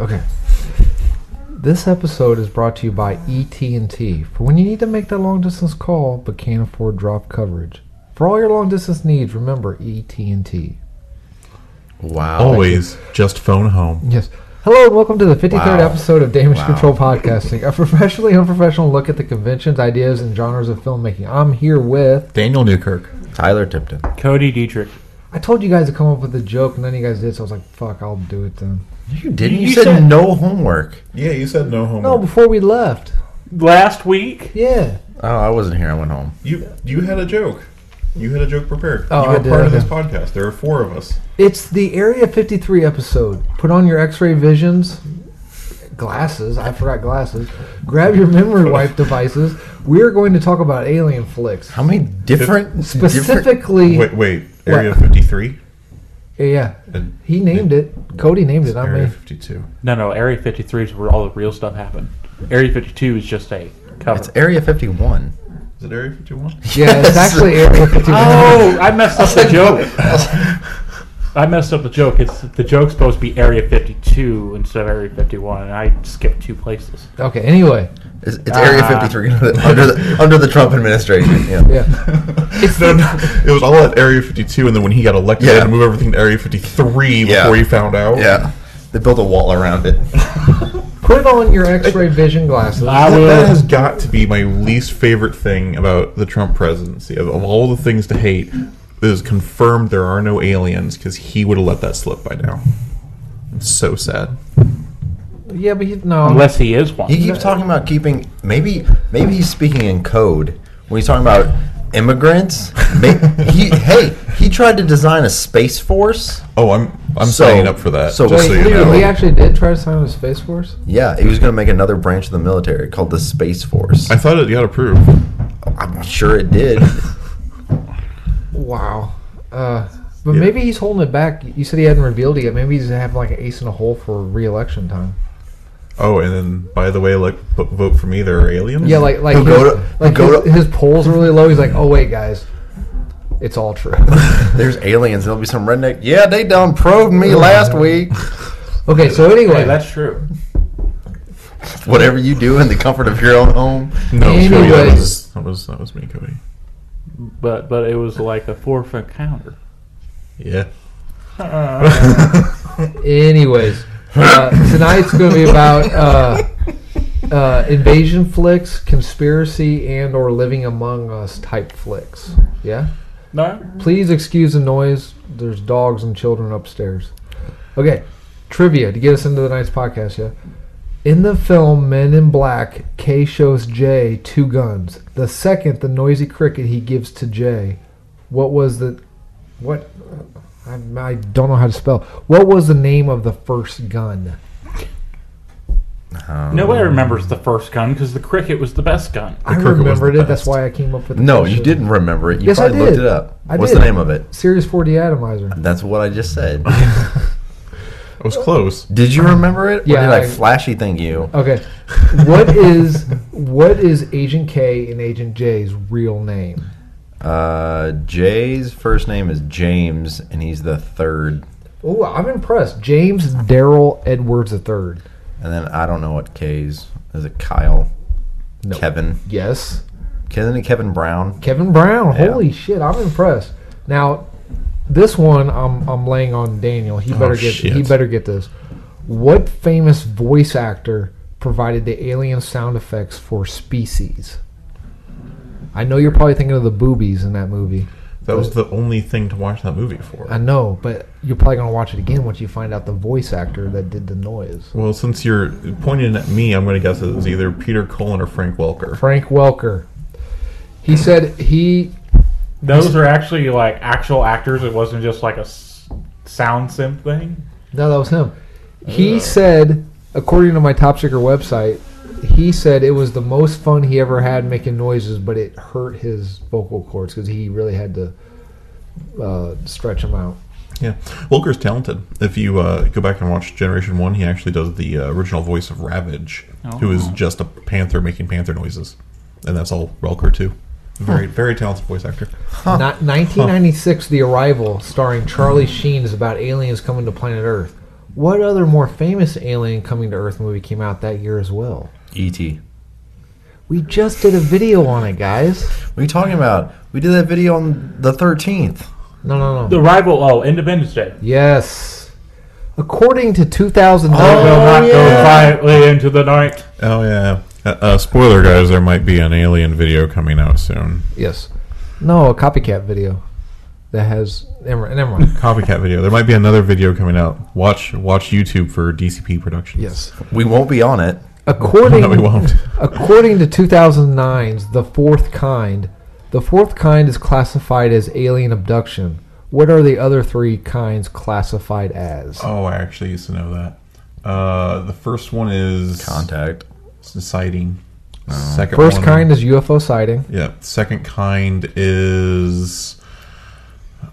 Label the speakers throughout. Speaker 1: Okay. This episode is brought to you by E AT&T for when you need to make that long distance call but can't afford drop coverage. For all your long distance needs, remember E AT&T.
Speaker 2: Wow.
Speaker 3: Always just phone home.
Speaker 1: Yes. Hello and welcome to the 53rd
Speaker 2: Wow.
Speaker 1: episode of Damage
Speaker 2: Wow.
Speaker 1: Control Podcasting, a professionally unprofessional look at the conventions, ideas, and genres of filmmaking. I'm here with.
Speaker 3: Daniel Newkirk.
Speaker 2: Tyler Tipton.
Speaker 4: Cody Dietrich.
Speaker 1: I told you guys to come up with a joke, and then you guys did, so I was like, "Fuck, I'll do it then."
Speaker 2: You didn't. You,
Speaker 4: You
Speaker 2: said,
Speaker 4: said-
Speaker 2: no homework.
Speaker 3: Yeah, you said no homework.
Speaker 1: No, before we left.
Speaker 4: Last week,
Speaker 1: Yeah.
Speaker 2: Oh, I wasn't here. I went home.
Speaker 3: You you had a joke. You had a joke prepared.
Speaker 1: Oh,
Speaker 3: you
Speaker 1: I
Speaker 3: were
Speaker 1: did,
Speaker 3: part of
Speaker 1: okay.
Speaker 3: this podcast. There are four of us.
Speaker 1: It's the Area 53 episode. Put on your X-ray visions, glasses. I forgot glasses. Grab your memory wipe devices. We're going to talk about alien flicks.
Speaker 2: How many different different-
Speaker 1: Specifically,
Speaker 3: Wait, wait.
Speaker 1: What?
Speaker 3: Area 53
Speaker 1: yeah, yeah,
Speaker 3: and
Speaker 1: he named it. Cody named it. Not
Speaker 3: Area
Speaker 1: me.
Speaker 3: 52.
Speaker 4: no, no, Area 53 is where all the real stuff happened. Area 52 is just a cover.
Speaker 2: It's Area 51.
Speaker 3: Is it Area 51?
Speaker 1: Yeah, it's actually Area 51.
Speaker 4: oh, I messed up the joke. I messed up the joke. It's the joke's supposed to be Area 52 instead of Area 51, and I skipped two places.
Speaker 1: Okay. Anyway,
Speaker 2: It's, it's Area
Speaker 4: Ah.
Speaker 2: 53 under the under the Trump administration. Yeah.
Speaker 1: yeah,
Speaker 3: no, no, it was all at Area 52, and then when he got elected, they had to
Speaker 2: Yeah.
Speaker 3: move everything to Area 53
Speaker 2: Yeah.
Speaker 3: before he found out.
Speaker 2: Yeah. They built a wall around it.
Speaker 1: put on your X-ray vision glasses.
Speaker 4: I
Speaker 3: That- that
Speaker 4: will.
Speaker 3: has got to be my least favorite thing about the Trump presidency. Of, of all the things to hate, it is confirmed there are no aliens because he would have let that slip by now. I'm so sad.
Speaker 1: Yeah, but he, no.
Speaker 4: Unless he is one.
Speaker 2: He keeps talking about keeping maybe maybe he's speaking in code when he's talking about immigrants. May, he, hey, he tried to design a space force.
Speaker 3: Oh, I'm I'm
Speaker 2: So-
Speaker 3: signing up for that.
Speaker 2: so
Speaker 3: just
Speaker 1: Wait,
Speaker 3: so you
Speaker 1: dude,
Speaker 3: know.
Speaker 1: he actually did try to sign up with Space Force.
Speaker 2: Yeah, he was going to make another branch of the military called the Space Force.
Speaker 3: I thought it got approved.
Speaker 2: I'm sure it did.
Speaker 1: Wow. Uh, but
Speaker 3: Yeah.
Speaker 1: maybe he's holding it back. You said he hadn't revealed it yet. Maybe he's having like an ace in the hole for re-election time.
Speaker 3: Oh, and then by the way, like b- vote for me. There are aliens.
Speaker 1: Yeah, like like
Speaker 2: He'll
Speaker 1: his,
Speaker 2: go to-
Speaker 1: like
Speaker 2: he'll go
Speaker 1: his,
Speaker 2: to-
Speaker 1: his polls are really low. He's like, oh wait, guys, it's all true.
Speaker 2: There's aliens. There'll be some redneck. Yeah, they done probed me last week.
Speaker 1: okay, so
Speaker 4: Hey,
Speaker 1: anyway,
Speaker 4: that's true.
Speaker 2: Whatever you do in the comfort of your own home.
Speaker 3: no, Cody, that
Speaker 1: anyways.
Speaker 3: was, that was that was me, Cody.
Speaker 4: But but it was like a fourth encounter.
Speaker 3: Yeah.
Speaker 1: anyways, uh, tonight's going to be about uh, uh, invasion flicks, conspiracy, and or living among us type flicks. Yeah.
Speaker 4: No?
Speaker 1: Please excuse the noise. There's dogs and children upstairs. Okay, trivia to get us into the night's podcast. Yeah, in the film Men in Black, K shows Jay two guns. The second, the noisy cricket he gives to Jay. What was the what? I, I don't know how to spell. What was the name of the first gun?
Speaker 4: Nobody remembers the first gun because the cricket was the best gun.
Speaker 1: I
Speaker 3: cricket was
Speaker 1: remembered
Speaker 3: the
Speaker 1: it. That's
Speaker 3: best.
Speaker 1: why I came up with. The
Speaker 2: No,
Speaker 1: question.
Speaker 2: you didn't remember it. You
Speaker 1: Yes, I
Speaker 2: probably looked
Speaker 1: did.
Speaker 2: it up.
Speaker 1: I
Speaker 2: What's
Speaker 1: did.
Speaker 2: the name of it?
Speaker 1: Series four deatomizer.
Speaker 2: That's what I just said.
Speaker 3: I was close.
Speaker 2: Did you remember it?
Speaker 1: Yeah,
Speaker 2: Or did I,
Speaker 1: I-
Speaker 2: flashy think you?
Speaker 1: Okay. What is what is Agent K and Agent J's real name?
Speaker 2: Uh, Jay's first name is James, and he's the third.
Speaker 1: Oh, I'm impressed. James Daryl Edwards III.
Speaker 2: And then I don't know what K's. Is it Kyle?
Speaker 1: No.
Speaker 2: Kevin?
Speaker 1: Yes.
Speaker 2: Isn't it Kevin Brown?
Speaker 1: Kevin Brown.
Speaker 2: Yeah.
Speaker 1: Holy shit, I'm impressed. Now, this one I'm I'm laying on Daniel. He better get
Speaker 3: shit.
Speaker 1: he better get this. What famous voice actor provided the alien sound effects for Species? I know you're probably thinking of the boobies in that movie.
Speaker 3: That was the only thing to watch that movie for.
Speaker 1: I know, but you're probably gonna watch it again once you find out the voice actor that did the noise.
Speaker 3: Well, since you're pointing at me, I'm going to guess it was either Peter Cullen or Frank Welker.
Speaker 1: Frank Welker. He said he
Speaker 4: Those are actually like actual actors. It wasn't just like a s- sound synth thing.
Speaker 1: no, that was him. He said, according to my Top Secret website, he said it was the most fun he ever had making noises, but it hurt his vocal cords because he really had to uh, stretch them out.
Speaker 3: Yeah, Wilker's talented. If you uh, go back and watch Generation One, he actually does the uh, original voice of Ravage, who is just a panther making panther noises, and that's all Welker too. Very, very talented voice actor.
Speaker 1: Not 1996, The Arrival, starring Charlie Sheen, is about aliens coming to planet Earth. What other more famous alien coming to Earth movie came out that year as well?
Speaker 2: E.T.
Speaker 1: We just did a video on it, guys.
Speaker 2: What are you talking about? We did that video on the 13th.
Speaker 1: No, no,
Speaker 4: The
Speaker 1: no.
Speaker 4: rival, oh, Independence Day.
Speaker 1: Yes. According to 2009,
Speaker 4: I will not
Speaker 2: yeah.
Speaker 4: go quietly into the night.
Speaker 3: Oh yeah. Uh, uh, spoiler, guys. There might be an alien video coming out soon.
Speaker 1: yes, no, a copycat video that has never, never mind.
Speaker 3: Copycat video. There might be another video coming out. Watch watch YouTube for DCP Productions.
Speaker 1: Yes,
Speaker 2: We won't be on it.
Speaker 1: according
Speaker 3: No, we won't.
Speaker 1: According to 2009's The Fourth Kind, the fourth kind is classified as alien abduction. What are the other three kinds classified as?
Speaker 3: Oh, I actually used to know that. Uh, the first one is
Speaker 2: Contact. Uh,
Speaker 3: sighting. Second
Speaker 1: First
Speaker 3: one-
Speaker 1: kind is UFO sighting.
Speaker 3: Yeah. Second kind is.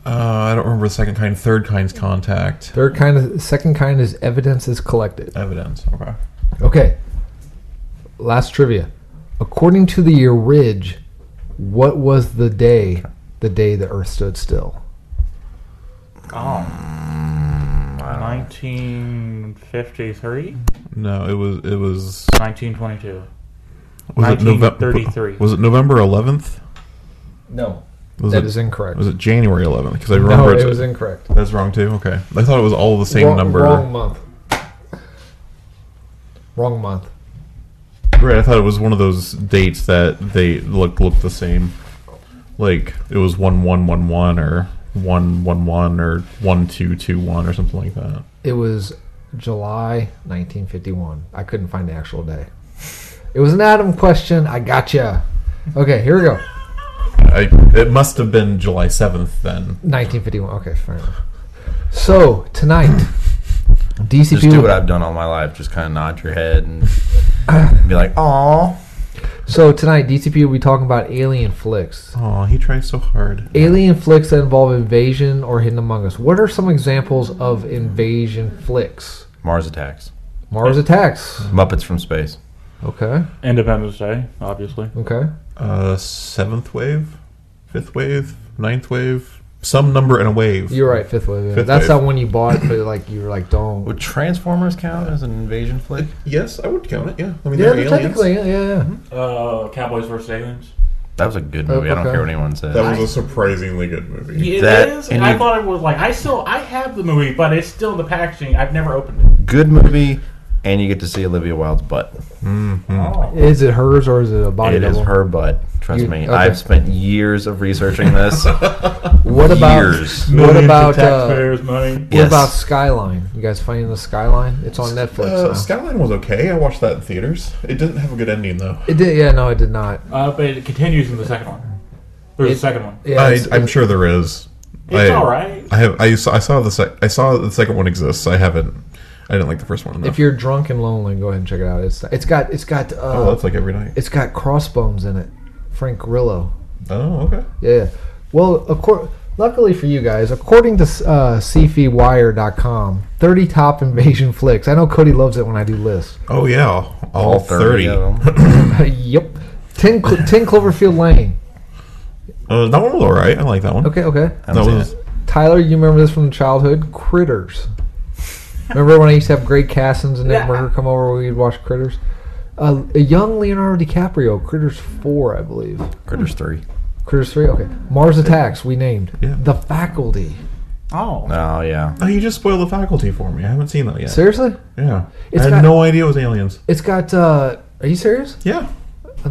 Speaker 3: Uh, I don't remember the second kind. Third kind's contact.
Speaker 1: Third kind, is, second kind is evidence is collected.
Speaker 3: Evidence. Okay.
Speaker 1: Okay. Last trivia. According to the year Ridge, what was the day? The day the Earth stood still.
Speaker 4: Oh. 1953?
Speaker 3: No, it was it was
Speaker 4: 1922.
Speaker 3: was it November
Speaker 4: 1933.
Speaker 3: was it November 11th?
Speaker 2: No.
Speaker 3: Was
Speaker 1: That
Speaker 3: it
Speaker 1: is incorrect.
Speaker 3: was it January 11th? Because I
Speaker 1: no,
Speaker 3: remember
Speaker 1: it
Speaker 3: it's-
Speaker 1: was incorrect.
Speaker 3: that's wrong too. Okay, I thought it was all the same
Speaker 1: wrong,
Speaker 3: number.
Speaker 1: Wrong month. Wrong month.
Speaker 3: Right, I thought it was one of those dates that they look look the same. Like it was one one one one or one one one or one two two one or something like that.
Speaker 1: It was July 1951. I couldn't find the actual day. It was an Adam question. I gotcha. Okay, here we go.
Speaker 3: I, it must have been July seventh then.
Speaker 1: 1951. Okay, fair enough. So tonight, DCP.
Speaker 2: Just do what I've done all my life. Just kind of nod your head and be like, "Aw."
Speaker 1: so tonight, DCP will be talking about alien flicks.
Speaker 3: Oh, he tries so hard.
Speaker 1: Alien flicks that involve invasion or hidden among us. What are some examples of invasion flicks?
Speaker 2: Mars attacks.
Speaker 1: Mars attacks.
Speaker 2: Muppets from space.
Speaker 1: Okay.
Speaker 4: Independence Day, obviously.
Speaker 1: Okay.
Speaker 3: Uh, seventh wave, fifth wave, ninth wave, some number in a wave.
Speaker 1: You're right. Fifth wave. yeah.
Speaker 3: Fifth
Speaker 1: That's
Speaker 3: wave.
Speaker 1: that one you bought, but like you were like, don't.
Speaker 2: Would Transformers count as an invasion flick?
Speaker 3: Yes, I would count it. Yeah, I mean
Speaker 1: yeah,
Speaker 3: they're
Speaker 1: they're
Speaker 3: aliens.
Speaker 1: technically, yeah, yeah. yeah.
Speaker 4: Uh, Cowboys vs. Aliens?
Speaker 2: That was a good
Speaker 1: Oh,
Speaker 2: movie. I don't
Speaker 1: okay.
Speaker 2: care what anyone says.
Speaker 3: That was a surprisingly good movie.
Speaker 4: It is.
Speaker 2: That- and
Speaker 4: I
Speaker 2: you-
Speaker 4: thought it was like, I still, I have the movie, but it's still in the packaging. I've never opened
Speaker 2: good movie, and you get to see Olivia Wilde's butt.
Speaker 4: it.
Speaker 3: Mm-hmm.
Speaker 4: Oh.
Speaker 1: Is it hers or is it a body
Speaker 2: It is
Speaker 1: double?
Speaker 2: her butt. Trust
Speaker 1: You-
Speaker 2: me.
Speaker 1: okay.
Speaker 2: I've spent years of researching this.
Speaker 1: What about
Speaker 2: years?
Speaker 1: what about uh,
Speaker 4: taxpayers' money?
Speaker 1: what
Speaker 2: Yes.
Speaker 1: about Skyline? You guys finding the Skyline? It's on Netflix.
Speaker 3: Uh,
Speaker 1: now.
Speaker 3: Skyline was okay. I watched that in theaters. It didn't have a good ending though.
Speaker 1: it did, yeah, no, it did not.
Speaker 4: Uh, but it continues in the second one. There's
Speaker 1: It-
Speaker 4: a second one.
Speaker 1: Yeah,
Speaker 3: I,
Speaker 1: it's-
Speaker 3: I'm sure there is.
Speaker 4: It's
Speaker 3: I-
Speaker 4: all right.
Speaker 3: I have. I saw, I saw the. Sec- I saw the second one exists. I haven't. I didn't like the first one enough.
Speaker 1: If you're drunk and lonely, go ahead and check it out. It's it's got it's got uh,
Speaker 3: oh, that's like every night.
Speaker 1: it's got Crossbones in it. Frank Grillo.
Speaker 3: Oh, okay.
Speaker 1: Yeah. Well, accor- luckily for you guys, according to uh, CFEWire.com, 30 top invasion flicks. I know Cody loves it when I do lists.
Speaker 3: Oh yeah, all, thirty.
Speaker 2: of 'em.
Speaker 1: yep. 10, Cl- 10 Cloverfield Lane.
Speaker 3: Uh, that one was all right. I like that one.
Speaker 1: Okay, okay.
Speaker 2: I
Speaker 3: That
Speaker 2: haven't
Speaker 3: was.
Speaker 2: seen it.
Speaker 1: Tyler, you remember this from childhood? Critters. Remember when I used to have Greg Cassins and Nick
Speaker 4: Yeah.
Speaker 1: Murder come over? We'd watch Critters. Uh, a young Leonardo DiCaprio, Critters Four, I believe.
Speaker 2: Critters 3.
Speaker 1: Critters Three. Okay. Mars Attacks. We named.
Speaker 3: Yeah.
Speaker 1: The Faculty.
Speaker 4: Oh.
Speaker 2: Oh, yeah.
Speaker 3: Oh, you just spoiled the faculty for me. I haven't seen that yet.
Speaker 1: Seriously?
Speaker 3: Yeah,
Speaker 1: It's
Speaker 3: I had
Speaker 1: got-
Speaker 3: no idea it was aliens.
Speaker 1: It's got. Uh, are you serious? Uh,
Speaker 3: Yeah,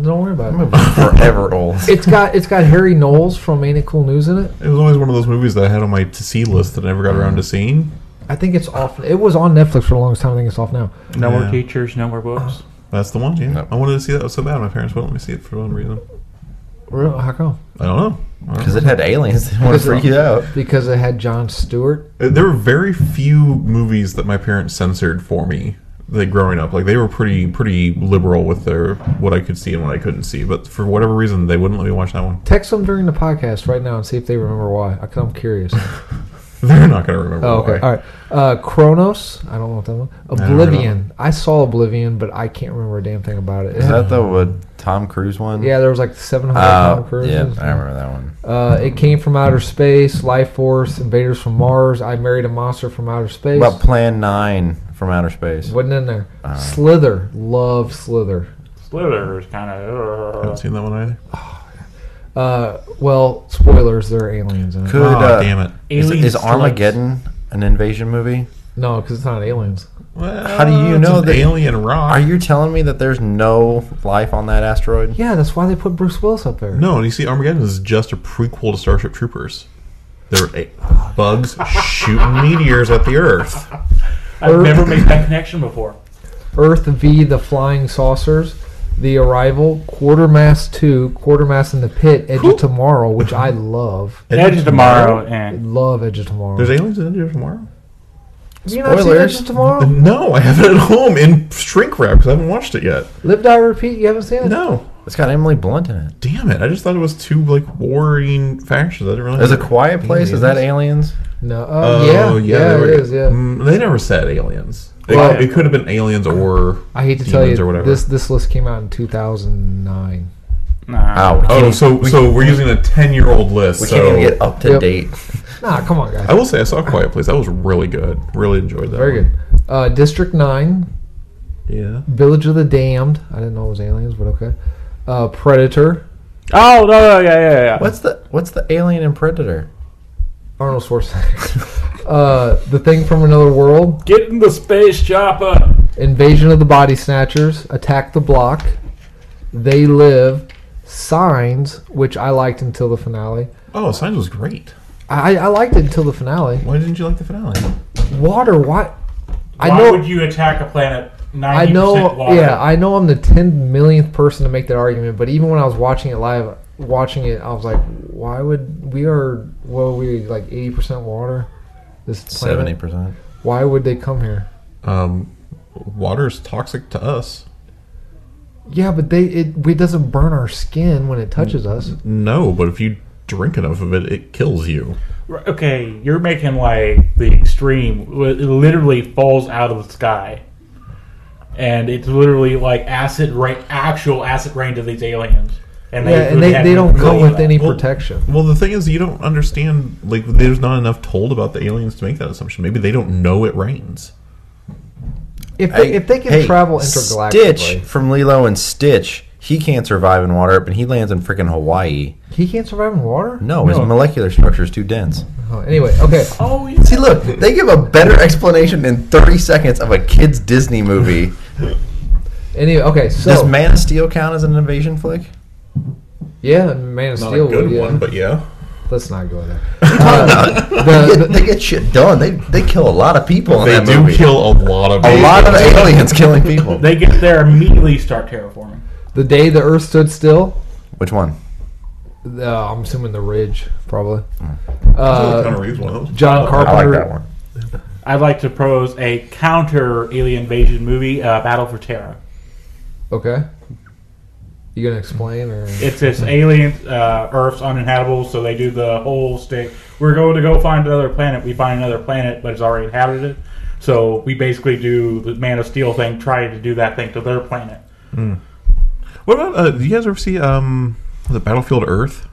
Speaker 1: Don't worry about it.
Speaker 2: Forever old.
Speaker 1: It's got. It's got Harry Knowles from Ain't It Cool News in it.
Speaker 3: it was always one of those movies that I had on my to see list that I never got around to seeing.
Speaker 1: I think it's off. It was on Netflix for the longest time. I think it's off now.
Speaker 4: No more
Speaker 3: Yeah.
Speaker 4: teachers, no more books.
Speaker 3: That's the one. Yeah,
Speaker 2: No.
Speaker 3: I wanted to see that so bad. My parents wouldn't let me see it for one reason.
Speaker 1: Real- How come?
Speaker 3: I don't know. I don't
Speaker 2: Because it had aliens. They didn't want to freak you out.
Speaker 1: Because it had John Stewart
Speaker 3: Uh, There were very few movies that my parents censored for me. Like growing up, like they were pretty pretty liberal with their what I could see and what I couldn't see. But for whatever reason, they wouldn't let me watch that one.
Speaker 1: Text them during the podcast right now and see if they remember why. I- 'cause I'm curious.
Speaker 3: They're not going to remember.
Speaker 1: Oh, okay.
Speaker 3: why.
Speaker 1: All right. Uh, Chronos. I don't know what that one.
Speaker 3: don't remember that
Speaker 1: Oblivion. I saw Oblivion, but I can't remember a damn thing about it.
Speaker 2: Is that the uh, Tom Cruise one?
Speaker 1: yeah, there was like 700
Speaker 2: Uh,
Speaker 1: Tom Cruises.
Speaker 2: yeah, I remember that one.
Speaker 1: Uh, it came from outer space. Life force. Invaders from Mars. I married a monster from outer space.
Speaker 2: What about Plan Nine from Outer Space?
Speaker 1: Wasn't in there.
Speaker 2: uh,
Speaker 1: Slither. Love Slither.
Speaker 4: Slither is kind of.
Speaker 3: I haven't seen that one either.
Speaker 1: Uh, well, spoilers. There are aliens in it.
Speaker 2: Could,
Speaker 3: Aw,
Speaker 2: uh,
Speaker 3: Ah, damn it.
Speaker 2: Is, is Armageddon an invasion movie?
Speaker 1: No, because it's not aliens.
Speaker 3: Well,
Speaker 2: How do you
Speaker 3: it's
Speaker 2: know
Speaker 3: an
Speaker 2: that-
Speaker 3: alien rock?
Speaker 2: Are you telling me that there's no life on that asteroid?
Speaker 1: Yeah, that's why they put Bruce Willis up there.
Speaker 3: No, you see, Armageddon is just a prequel to Starship Troopers. There were eight bugs shooting meteors at the Earth.
Speaker 4: I've never made that connection before.
Speaker 1: Earth v. the Flying Saucers, The Arrival, Quartermass 2, Quartermass in the Pit, Edge of Tomorrow, which I love.
Speaker 4: Edge of Tomorrow and
Speaker 1: Love Edge of Tomorrow.
Speaker 3: There's aliens in Edge of Tomorrow?
Speaker 1: Have you not seen Edge
Speaker 2: Spoilers.
Speaker 1: of Tomorrow?
Speaker 3: No, I have it at home in shrink wrap because I haven't watched it yet.
Speaker 1: Live, Die, Repeat? You haven't seen it?
Speaker 3: No,
Speaker 2: It's got Emily Blunt in it.
Speaker 3: damn it! I just thought it was two like warring factions. I didn't realize.
Speaker 2: Is a
Speaker 3: it-
Speaker 2: Quiet Place? Is that aliens?
Speaker 1: No. Oh, yeah. Yeah,
Speaker 3: they were-
Speaker 1: it is, yeah.
Speaker 3: Mm, they never said aliens. It,
Speaker 4: Well-
Speaker 3: it could have been aliens or
Speaker 1: I hate to tell
Speaker 3: demons or
Speaker 1: you,
Speaker 3: whatever.
Speaker 1: this, this list came out in 2009.
Speaker 4: nah.
Speaker 2: Wow. we
Speaker 3: oh,
Speaker 2: can't-
Speaker 3: so so we're using a ten year old list.
Speaker 2: we
Speaker 3: so
Speaker 2: can't even get up to
Speaker 1: Yep.
Speaker 2: date.
Speaker 1: Nah, come on, guys.
Speaker 3: I will say I saw Quiet Place. That was really good. Really enjoyed that.
Speaker 1: Very
Speaker 3: one.
Speaker 1: good. Uh, District 9,
Speaker 3: Yeah.
Speaker 1: Village of the Damned. I didn't know it was aliens, but okay. Uh, Predator,
Speaker 4: Oh no, no, yeah, yeah, yeah.
Speaker 2: What's the What's the alien and predator?
Speaker 1: Arnold Schwarzenegger. uh, the Thing from Another World,
Speaker 4: Get in the space chopper.
Speaker 1: Invasion of the Body Snatchers, Attack the Block, They Live, Signs, which I liked until the finale.
Speaker 3: Oh, Signs was great.
Speaker 1: I, I liked it until the finale.
Speaker 3: Why didn't you like the finale?
Speaker 1: Water, why? I
Speaker 4: Why
Speaker 1: know,
Speaker 4: would you attack a planet? 90%
Speaker 1: I know,
Speaker 4: water?
Speaker 1: yeah, I know. I'm the ten millionth person to make that argument, but even when I was watching it live, watching it, I was like, why would we are? Well, we like eighty percent water. This planet.
Speaker 2: Seventy percent.
Speaker 1: Why would they come here?
Speaker 3: Um, water's toxic to us.
Speaker 1: Yeah, but they it, it doesn't burn our skin when it touches us.
Speaker 3: No, but if you drink enough of it, it kills you.
Speaker 4: R- Okay, you're making like the extreme. wh- It literally falls out of the sky, and it's literally like acid rain, actual acid rain to these aliens. And
Speaker 1: Yeah, and they,
Speaker 4: had
Speaker 1: they
Speaker 4: no
Speaker 1: don't
Speaker 4: control
Speaker 1: come
Speaker 4: of
Speaker 1: with
Speaker 4: that.
Speaker 1: any
Speaker 3: Well-
Speaker 1: protection.
Speaker 3: Well, the thing is, you don't understand. Like, there's not enough told about the aliens to make that assumption. Maybe they don't know it rains.
Speaker 1: If they, if they can travel intergalactically,
Speaker 2: Stitch from Lilo and Stitch. He can't survive in water, but he lands in freaking Hawaii.
Speaker 1: he can't survive in water.
Speaker 2: No, his
Speaker 4: No.
Speaker 2: molecular structure is too dense.
Speaker 1: Oh, anyway, okay.
Speaker 4: Oh, yeah.
Speaker 2: See, look, they give a better explanation in 30 seconds of a kid's Disney movie.
Speaker 1: Anyway, okay. So
Speaker 2: Does Man of Steel count as an invasion flick?
Speaker 1: yeah, Man of
Speaker 3: Not
Speaker 1: Steel.
Speaker 3: a good
Speaker 1: would, yeah.
Speaker 3: one, but yeah.
Speaker 1: Let's not go there. Uh,
Speaker 2: They
Speaker 1: the-
Speaker 2: get, they get shit done. They they kill a lot of people in
Speaker 3: They
Speaker 2: that
Speaker 3: do
Speaker 2: movie.
Speaker 3: kill a lot of
Speaker 2: a
Speaker 3: people.
Speaker 2: lot of aliens killing people.
Speaker 4: They get there immediately, start terraforming.
Speaker 1: The day the Earth stood still.
Speaker 2: Which one?
Speaker 1: Uh, I'm assuming the Ridge, probably.
Speaker 3: Uh,
Speaker 1: Uh,
Speaker 3: Keanu Reeves, one of those.
Speaker 1: John
Speaker 2: I like
Speaker 1: Carpenter.
Speaker 2: that one.
Speaker 4: I'd like to propose a counter alien invasion movie, uh, Battle for Terra.
Speaker 1: Okay. You gonna explain or?
Speaker 4: It's this alien uh, Earth's uninhabitable, so they do the whole stick. We're going to go find another planet. We find another planet, but it's already inhabited. So we basically do the Man of Steel thing, try to do that thing to their planet.
Speaker 3: What about? Uh, do you guys ever see um the Battlefield Earth?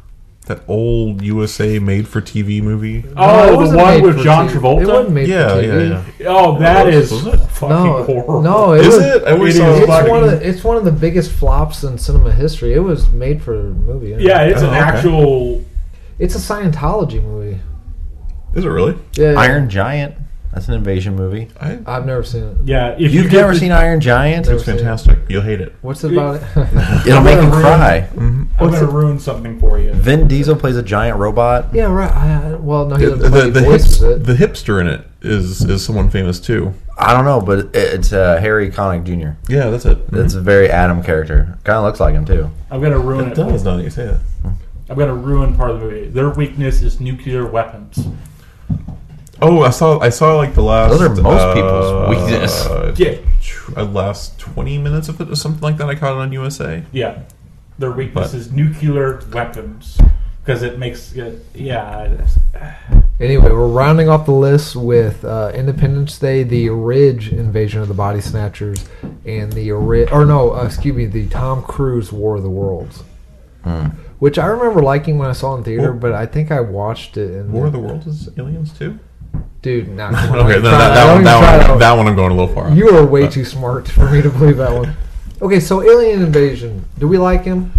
Speaker 3: That old USA made-for-TV movie.
Speaker 1: No, it
Speaker 4: Oh, the
Speaker 1: wasn't
Speaker 4: one
Speaker 1: made
Speaker 4: with
Speaker 1: for
Speaker 4: John
Speaker 1: TV. It
Speaker 4: Travolta.
Speaker 1: wasn't made
Speaker 3: yeah,
Speaker 1: for
Speaker 3: yeah,
Speaker 1: TV.
Speaker 3: yeah.
Speaker 4: oh, that
Speaker 3: Was-
Speaker 4: is
Speaker 3: was it?
Speaker 4: fucking
Speaker 1: No,
Speaker 4: horrible.
Speaker 1: no, it
Speaker 3: Is
Speaker 1: was.
Speaker 3: it? I always
Speaker 4: It
Speaker 3: saw
Speaker 4: is.
Speaker 1: It's
Speaker 3: it.
Speaker 4: fucking-
Speaker 1: one, of the, it's one of the biggest flops in cinema history. It was made for a movie.
Speaker 4: Yeah, it's
Speaker 3: Oh,
Speaker 4: an
Speaker 3: okay.
Speaker 4: actual.
Speaker 1: it's a Scientology movie.
Speaker 3: Is it really?
Speaker 1: Yeah,
Speaker 2: Iron Giant. That's an invasion movie.
Speaker 3: I,
Speaker 1: I've never seen it.
Speaker 4: Yeah, if you
Speaker 2: You've
Speaker 4: get
Speaker 2: never
Speaker 4: the-
Speaker 2: seen Iron Giant?
Speaker 1: Never
Speaker 3: it's fantastic. You'll hate it.
Speaker 1: What's it about? It?
Speaker 2: It'll make you
Speaker 4: Never.
Speaker 2: cry.
Speaker 4: I'm going to ruin something for you.
Speaker 2: Vin Diesel plays a giant robot.
Speaker 1: yeah, right. I, I- well, no, he
Speaker 3: The,
Speaker 1: doesn't play.
Speaker 3: the,
Speaker 1: He
Speaker 3: the,
Speaker 1: voices
Speaker 3: hipst-
Speaker 1: it.
Speaker 3: the hipster in it is is someone famous too.
Speaker 2: I don't know, but it- it's uh, Harry Connick Jr.
Speaker 3: Yeah, that's it. Mm-hmm.
Speaker 2: It's a very Adam character. Kind of looks like him too.
Speaker 4: I'm going to ruin
Speaker 3: It
Speaker 4: it. for
Speaker 3: does. Now that you say that.
Speaker 4: I'm going to ruin part of the movie. Their weakness is nuclear weapons.
Speaker 3: Oh, I saw. I saw like the last. uh,
Speaker 2: Those are most people's weakness.
Speaker 4: Yeah.
Speaker 3: tw- uh, last twenty minutes of it or something like that. I caught it on USA.
Speaker 4: Yeah, their weakness
Speaker 3: But-
Speaker 4: is nuclear weapons because it makes it, yeah. It is.
Speaker 1: Anyway, we're rounding off the list with uh, Independence Day, the Ridge Invasion of the Body Snatchers, and the Ri- or no, uh, excuse me, the Tom Cruise War of the Worlds,
Speaker 2: Hmm.
Speaker 1: which I remember liking when I saw in theater,
Speaker 3: War-
Speaker 1: but I think I watched it. And
Speaker 3: Oh. War of the Worlds is Aliens too.
Speaker 1: dude, nah, come on, don't
Speaker 3: Okay,
Speaker 1: even
Speaker 3: no,
Speaker 1: try
Speaker 3: that,
Speaker 1: don't
Speaker 3: that one,
Speaker 1: even
Speaker 3: that
Speaker 1: try
Speaker 3: one,
Speaker 1: one.
Speaker 3: that one, I'm going a little far. off.
Speaker 1: You are way
Speaker 3: But
Speaker 1: too smart for me to believe that one. Okay, so Alien Invasion. Do we like him?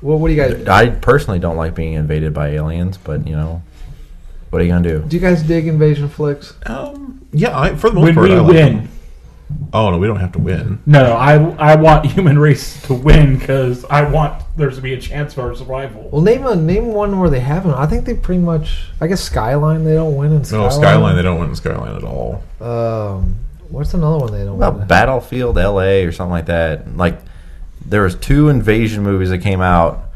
Speaker 1: Well, what do you guys
Speaker 2: I personally don't like being invaded by aliens, but you know, what are you gonna do?
Speaker 1: do? You guys dig invasion flicks?
Speaker 3: Um, yeah, I, for the most
Speaker 4: When
Speaker 3: part,
Speaker 4: we
Speaker 3: I like
Speaker 4: win,
Speaker 3: them. Oh no, we don't have to win.
Speaker 4: no, no, I I want human race to win because I want there to be a chance for our survival.
Speaker 1: Well, name a name one where they haven't. I think they pretty much. I guess Skyline they don't win in Skyline.
Speaker 3: No, Skyline. They don't win Skyline at all.
Speaker 1: Um, what's another one they don't
Speaker 2: What
Speaker 1: win?
Speaker 2: about Battlefield LA or something like that? Like, there was two invasion movies that came out,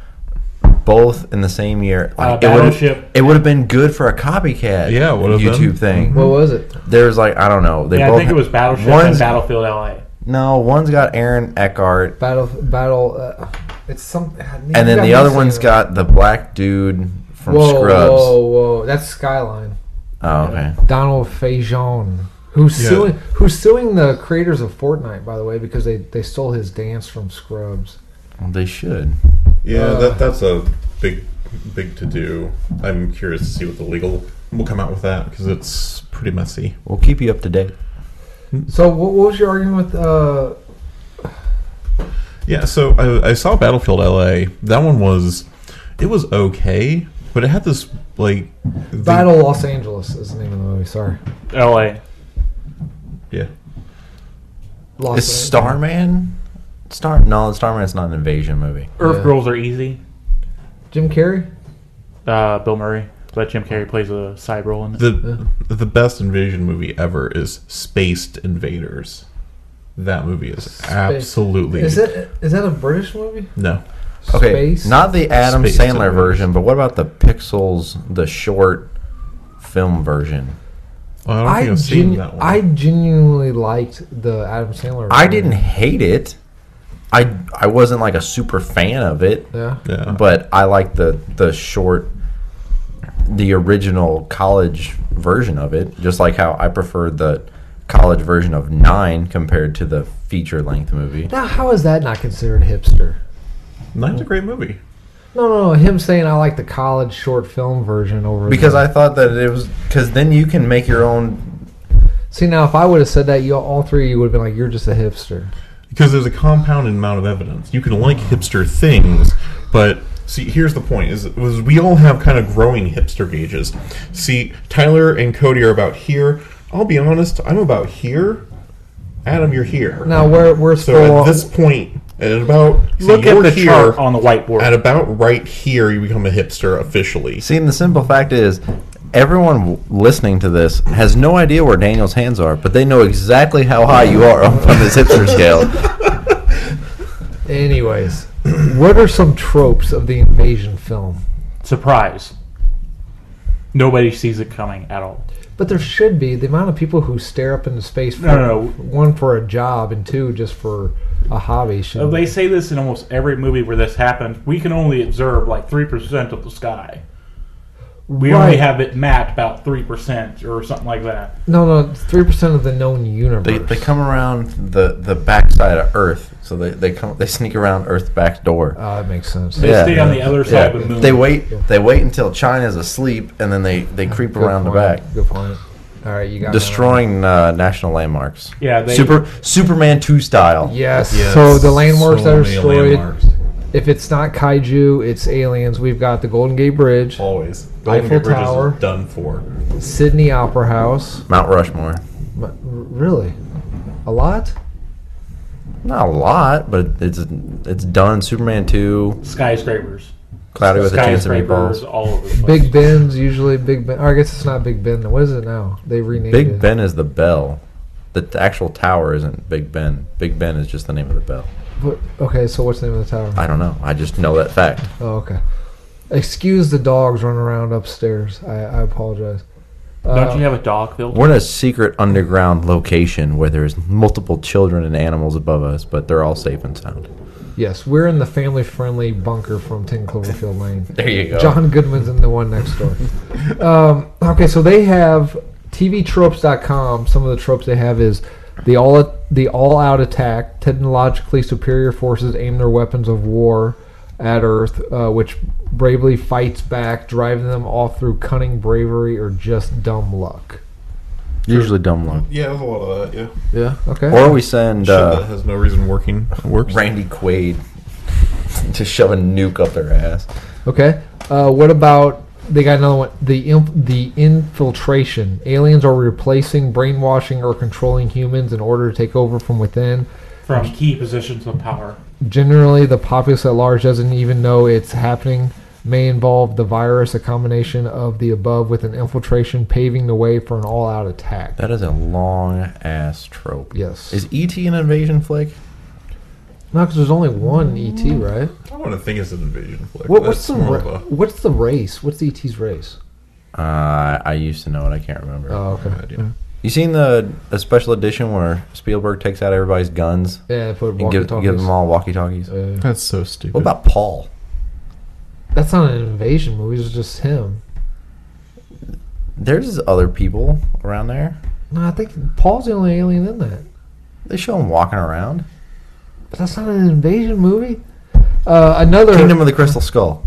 Speaker 2: both in the same year.
Speaker 4: Uh,
Speaker 2: Like, it would've-
Speaker 4: Battleship.
Speaker 2: It would have been good for a copycat.
Speaker 3: Yeah, it would've
Speaker 2: YouTube
Speaker 3: been.
Speaker 2: thing.
Speaker 1: What was it?
Speaker 2: There was like I don't know. They
Speaker 4: Yeah, I
Speaker 2: both
Speaker 4: think it was Battleship and
Speaker 2: one's-
Speaker 4: Battlefield LA.
Speaker 2: No, one's got Aaron Eckhart,
Speaker 1: Battle battle. Uh, it's some. man,
Speaker 2: and
Speaker 1: you
Speaker 2: then
Speaker 1: got
Speaker 2: the
Speaker 1: me
Speaker 2: other
Speaker 1: saying
Speaker 2: one's
Speaker 1: that.
Speaker 2: got the black dude from
Speaker 1: Whoa,
Speaker 2: Scrubs.
Speaker 1: whoa, whoa! That's Skyline.
Speaker 2: Oh, okay.
Speaker 1: Donald Faison, who's
Speaker 3: Yeah.
Speaker 1: suing who's suing the creators of Fortnite, by the way, because they they stole his dance from Scrubs.
Speaker 2: Well, they should.
Speaker 3: Yeah,
Speaker 1: Uh,
Speaker 3: that that's a big big to do. I'm curious to see what the legal will come out with that because it's pretty messy.
Speaker 2: We'll keep you up to date.
Speaker 1: So what, what was your argument with? Uh,
Speaker 3: Yeah, so I, I saw Battlefield LA. That one was it was okay, but it had this like the-
Speaker 1: Battle Los Angeles is the name of the movie. Sorry,
Speaker 4: LA.
Speaker 3: Yeah,
Speaker 1: Los
Speaker 2: Is
Speaker 1: Angeles.
Speaker 2: Starman? Star? No, Starman's not an invasion movie.
Speaker 4: Earth
Speaker 1: Yeah.
Speaker 4: Girls are easy.
Speaker 1: Jim Carrey?
Speaker 4: Uh, Bill Murray, but Jim Carrey plays a side role in it.
Speaker 3: the the best invasion movie ever is Spaced Invaders. That movie is absolutely
Speaker 1: Is that is that a British movie?
Speaker 3: no.
Speaker 2: Okay,
Speaker 1: Space?
Speaker 2: not the Adam
Speaker 3: Space
Speaker 2: Sandler
Speaker 3: Invaders.
Speaker 2: version, but what about the Pixels, the short film version?
Speaker 3: Well, I don't
Speaker 1: I
Speaker 3: think I've seen
Speaker 1: genu-
Speaker 3: that one.
Speaker 1: I genuinely liked the Adam Sandler.
Speaker 2: I
Speaker 1: version.
Speaker 2: didn't hate it. I I wasn't like a super fan of it,
Speaker 1: Yeah.
Speaker 3: yeah.
Speaker 2: but I liked the the short, the original college version of it. Just like how I preferred the college version of Nine compared to the feature length movie.
Speaker 1: Now, how is that not considered hipster?
Speaker 3: Nine's a great movie.
Speaker 1: No, no, no. Him saying I like the college short film version over
Speaker 2: Because
Speaker 1: the-
Speaker 2: I thought that it was because then you can make your own.
Speaker 1: see now if I would have said that, you all three of you would have been like, "You're just a hipster."
Speaker 3: because there's a compounded amount of evidence. You can like hipster things, but see, here's the point: is, is we all have kind of growing hipster gauges. See, Tyler and Cody are about here. I'll be honest, I'm about here. Adam, you're here.
Speaker 1: Now we're we're
Speaker 3: so
Speaker 4: uh,
Speaker 1: full-
Speaker 3: at this point, at about see,
Speaker 4: Look at
Speaker 3: you're
Speaker 4: the
Speaker 3: here,
Speaker 4: chart on the whiteboard.
Speaker 3: At about right here, you become a hipster officially.
Speaker 2: See, and the simple fact is, everyone w- listening to this has no idea where Daniel's hands are, but they know exactly how high you are up on this hipster scale.
Speaker 1: Anyways, what are some tropes of the invasion film?
Speaker 4: Surprise. Nobody sees it coming at all.
Speaker 1: But there should be the amount of people who stare up into space. For,
Speaker 4: No, no, no.
Speaker 1: One for a job and two just for a hobby.
Speaker 4: Uh,
Speaker 1: Should
Speaker 4: They say this in almost every movie where this happens. We can only observe like 3% of the sky. We only
Speaker 1: Right.
Speaker 4: have it mapped about 3% or something like that.
Speaker 1: no, no. Three percent of the known universe.
Speaker 2: They, they come around the the backside of Earth, so they, they come they sneak around Earth's back door.
Speaker 1: Oh, that makes sense.
Speaker 4: They
Speaker 2: Yeah.
Speaker 4: stay on the other
Speaker 2: Yeah.
Speaker 4: side of the moon.
Speaker 2: They wait they wait until China's asleep, and then they, they creep
Speaker 1: Good
Speaker 2: around
Speaker 1: point.
Speaker 2: the back.
Speaker 1: Good point. All right, you got me on that.
Speaker 2: destroying uh, national landmarks.
Speaker 4: Yeah, they-
Speaker 2: Super Superman two style.
Speaker 1: Yes. So the landmarks that are destroyed.
Speaker 3: Landmarks.
Speaker 1: If it's not kaiju, it's aliens. We've got the Golden Gate Bridge,
Speaker 3: Always.
Speaker 1: Eiffel
Speaker 3: Golden Gate Bridge is
Speaker 1: Tower.
Speaker 3: done for.
Speaker 1: Sydney Opera House.
Speaker 2: Mount Rushmore.
Speaker 1: M- r- Really, a lot.
Speaker 2: Not a lot, but it's it's done. Superman two,
Speaker 4: skyscrapers.
Speaker 2: cloudy with a chance of
Speaker 4: Skyscrapers
Speaker 2: meatballs.
Speaker 4: all over the place.
Speaker 1: Big Ben's usually Big Ben. Or I guess it's not Big Ben. What is it now? They renamed
Speaker 2: Big
Speaker 1: it.
Speaker 2: Ben is the bell. The t- actual tower isn't Big Ben. Big Ben is just the name of the bell.
Speaker 1: What- okay, so what's the name of the tower?
Speaker 2: I don't know. I just know that fact.
Speaker 1: Oh, okay. Excuse the dogs running around upstairs. I, I apologize. uh,
Speaker 4: Don't you have a dog, Phil?
Speaker 2: We're in a secret underground location where there's multiple children and animals above us, but they're all safe and sound.
Speaker 1: Yes, we're in the family-friendly bunker from Ten Cloverfield Lane.
Speaker 2: There you go.
Speaker 1: John Goodman's in the one next door. um, okay, so they have TVTropes.com. Some of the tropes they have is the all the all out attack. Technologically superior forces aim their weapons of war at Earth, uh, which bravely fights back, driving them off through cunning bravery or just dumb luck.
Speaker 2: Usually dumb luck.
Speaker 3: Yeah, there's a lot of that. Yeah,
Speaker 1: Yeah. Okay.
Speaker 2: Or we send
Speaker 3: Shit that
Speaker 2: uh,
Speaker 3: has no reason working works.
Speaker 2: Randy Quaid to shove a nuke up their ass.
Speaker 1: Okay. Uh, what about they got another one? The inf- the infiltration. Aliens are replacing, brainwashing, or controlling humans in order to take over from within.
Speaker 4: from key positions of power.
Speaker 1: Generally, the populace at large doesn't even know it's happening. May involve the virus, a combination of the above with an infiltration, paving the way for an all-out attack.
Speaker 2: That is a long ass trope.
Speaker 1: Yes.
Speaker 2: Is ET an invasion flick?
Speaker 1: No, because there's only one ET, right?
Speaker 3: I want to think it's an invasion flick.
Speaker 1: What, what's
Speaker 3: That's
Speaker 1: the
Speaker 3: more
Speaker 1: ra-
Speaker 3: of
Speaker 1: what's the race? What's the ET's race?
Speaker 2: Uh, I used to know it. I can't remember.
Speaker 1: Oh,
Speaker 3: a
Speaker 1: okay.
Speaker 3: bad idea.
Speaker 2: You seen the, the special edition where Spielberg takes out everybody's guns
Speaker 1: Yeah, put
Speaker 2: and give, give them all walkie talkies?
Speaker 1: Uh,
Speaker 3: That's so stupid.
Speaker 2: What about Paul?
Speaker 1: that's not an invasion movie. It's just him.
Speaker 2: There's other people around there.
Speaker 1: No, I think Paul's the only alien in that.
Speaker 2: They show him walking around.
Speaker 1: But that's not an invasion movie. Uh, another.
Speaker 2: Kingdom of the Crystal Skull.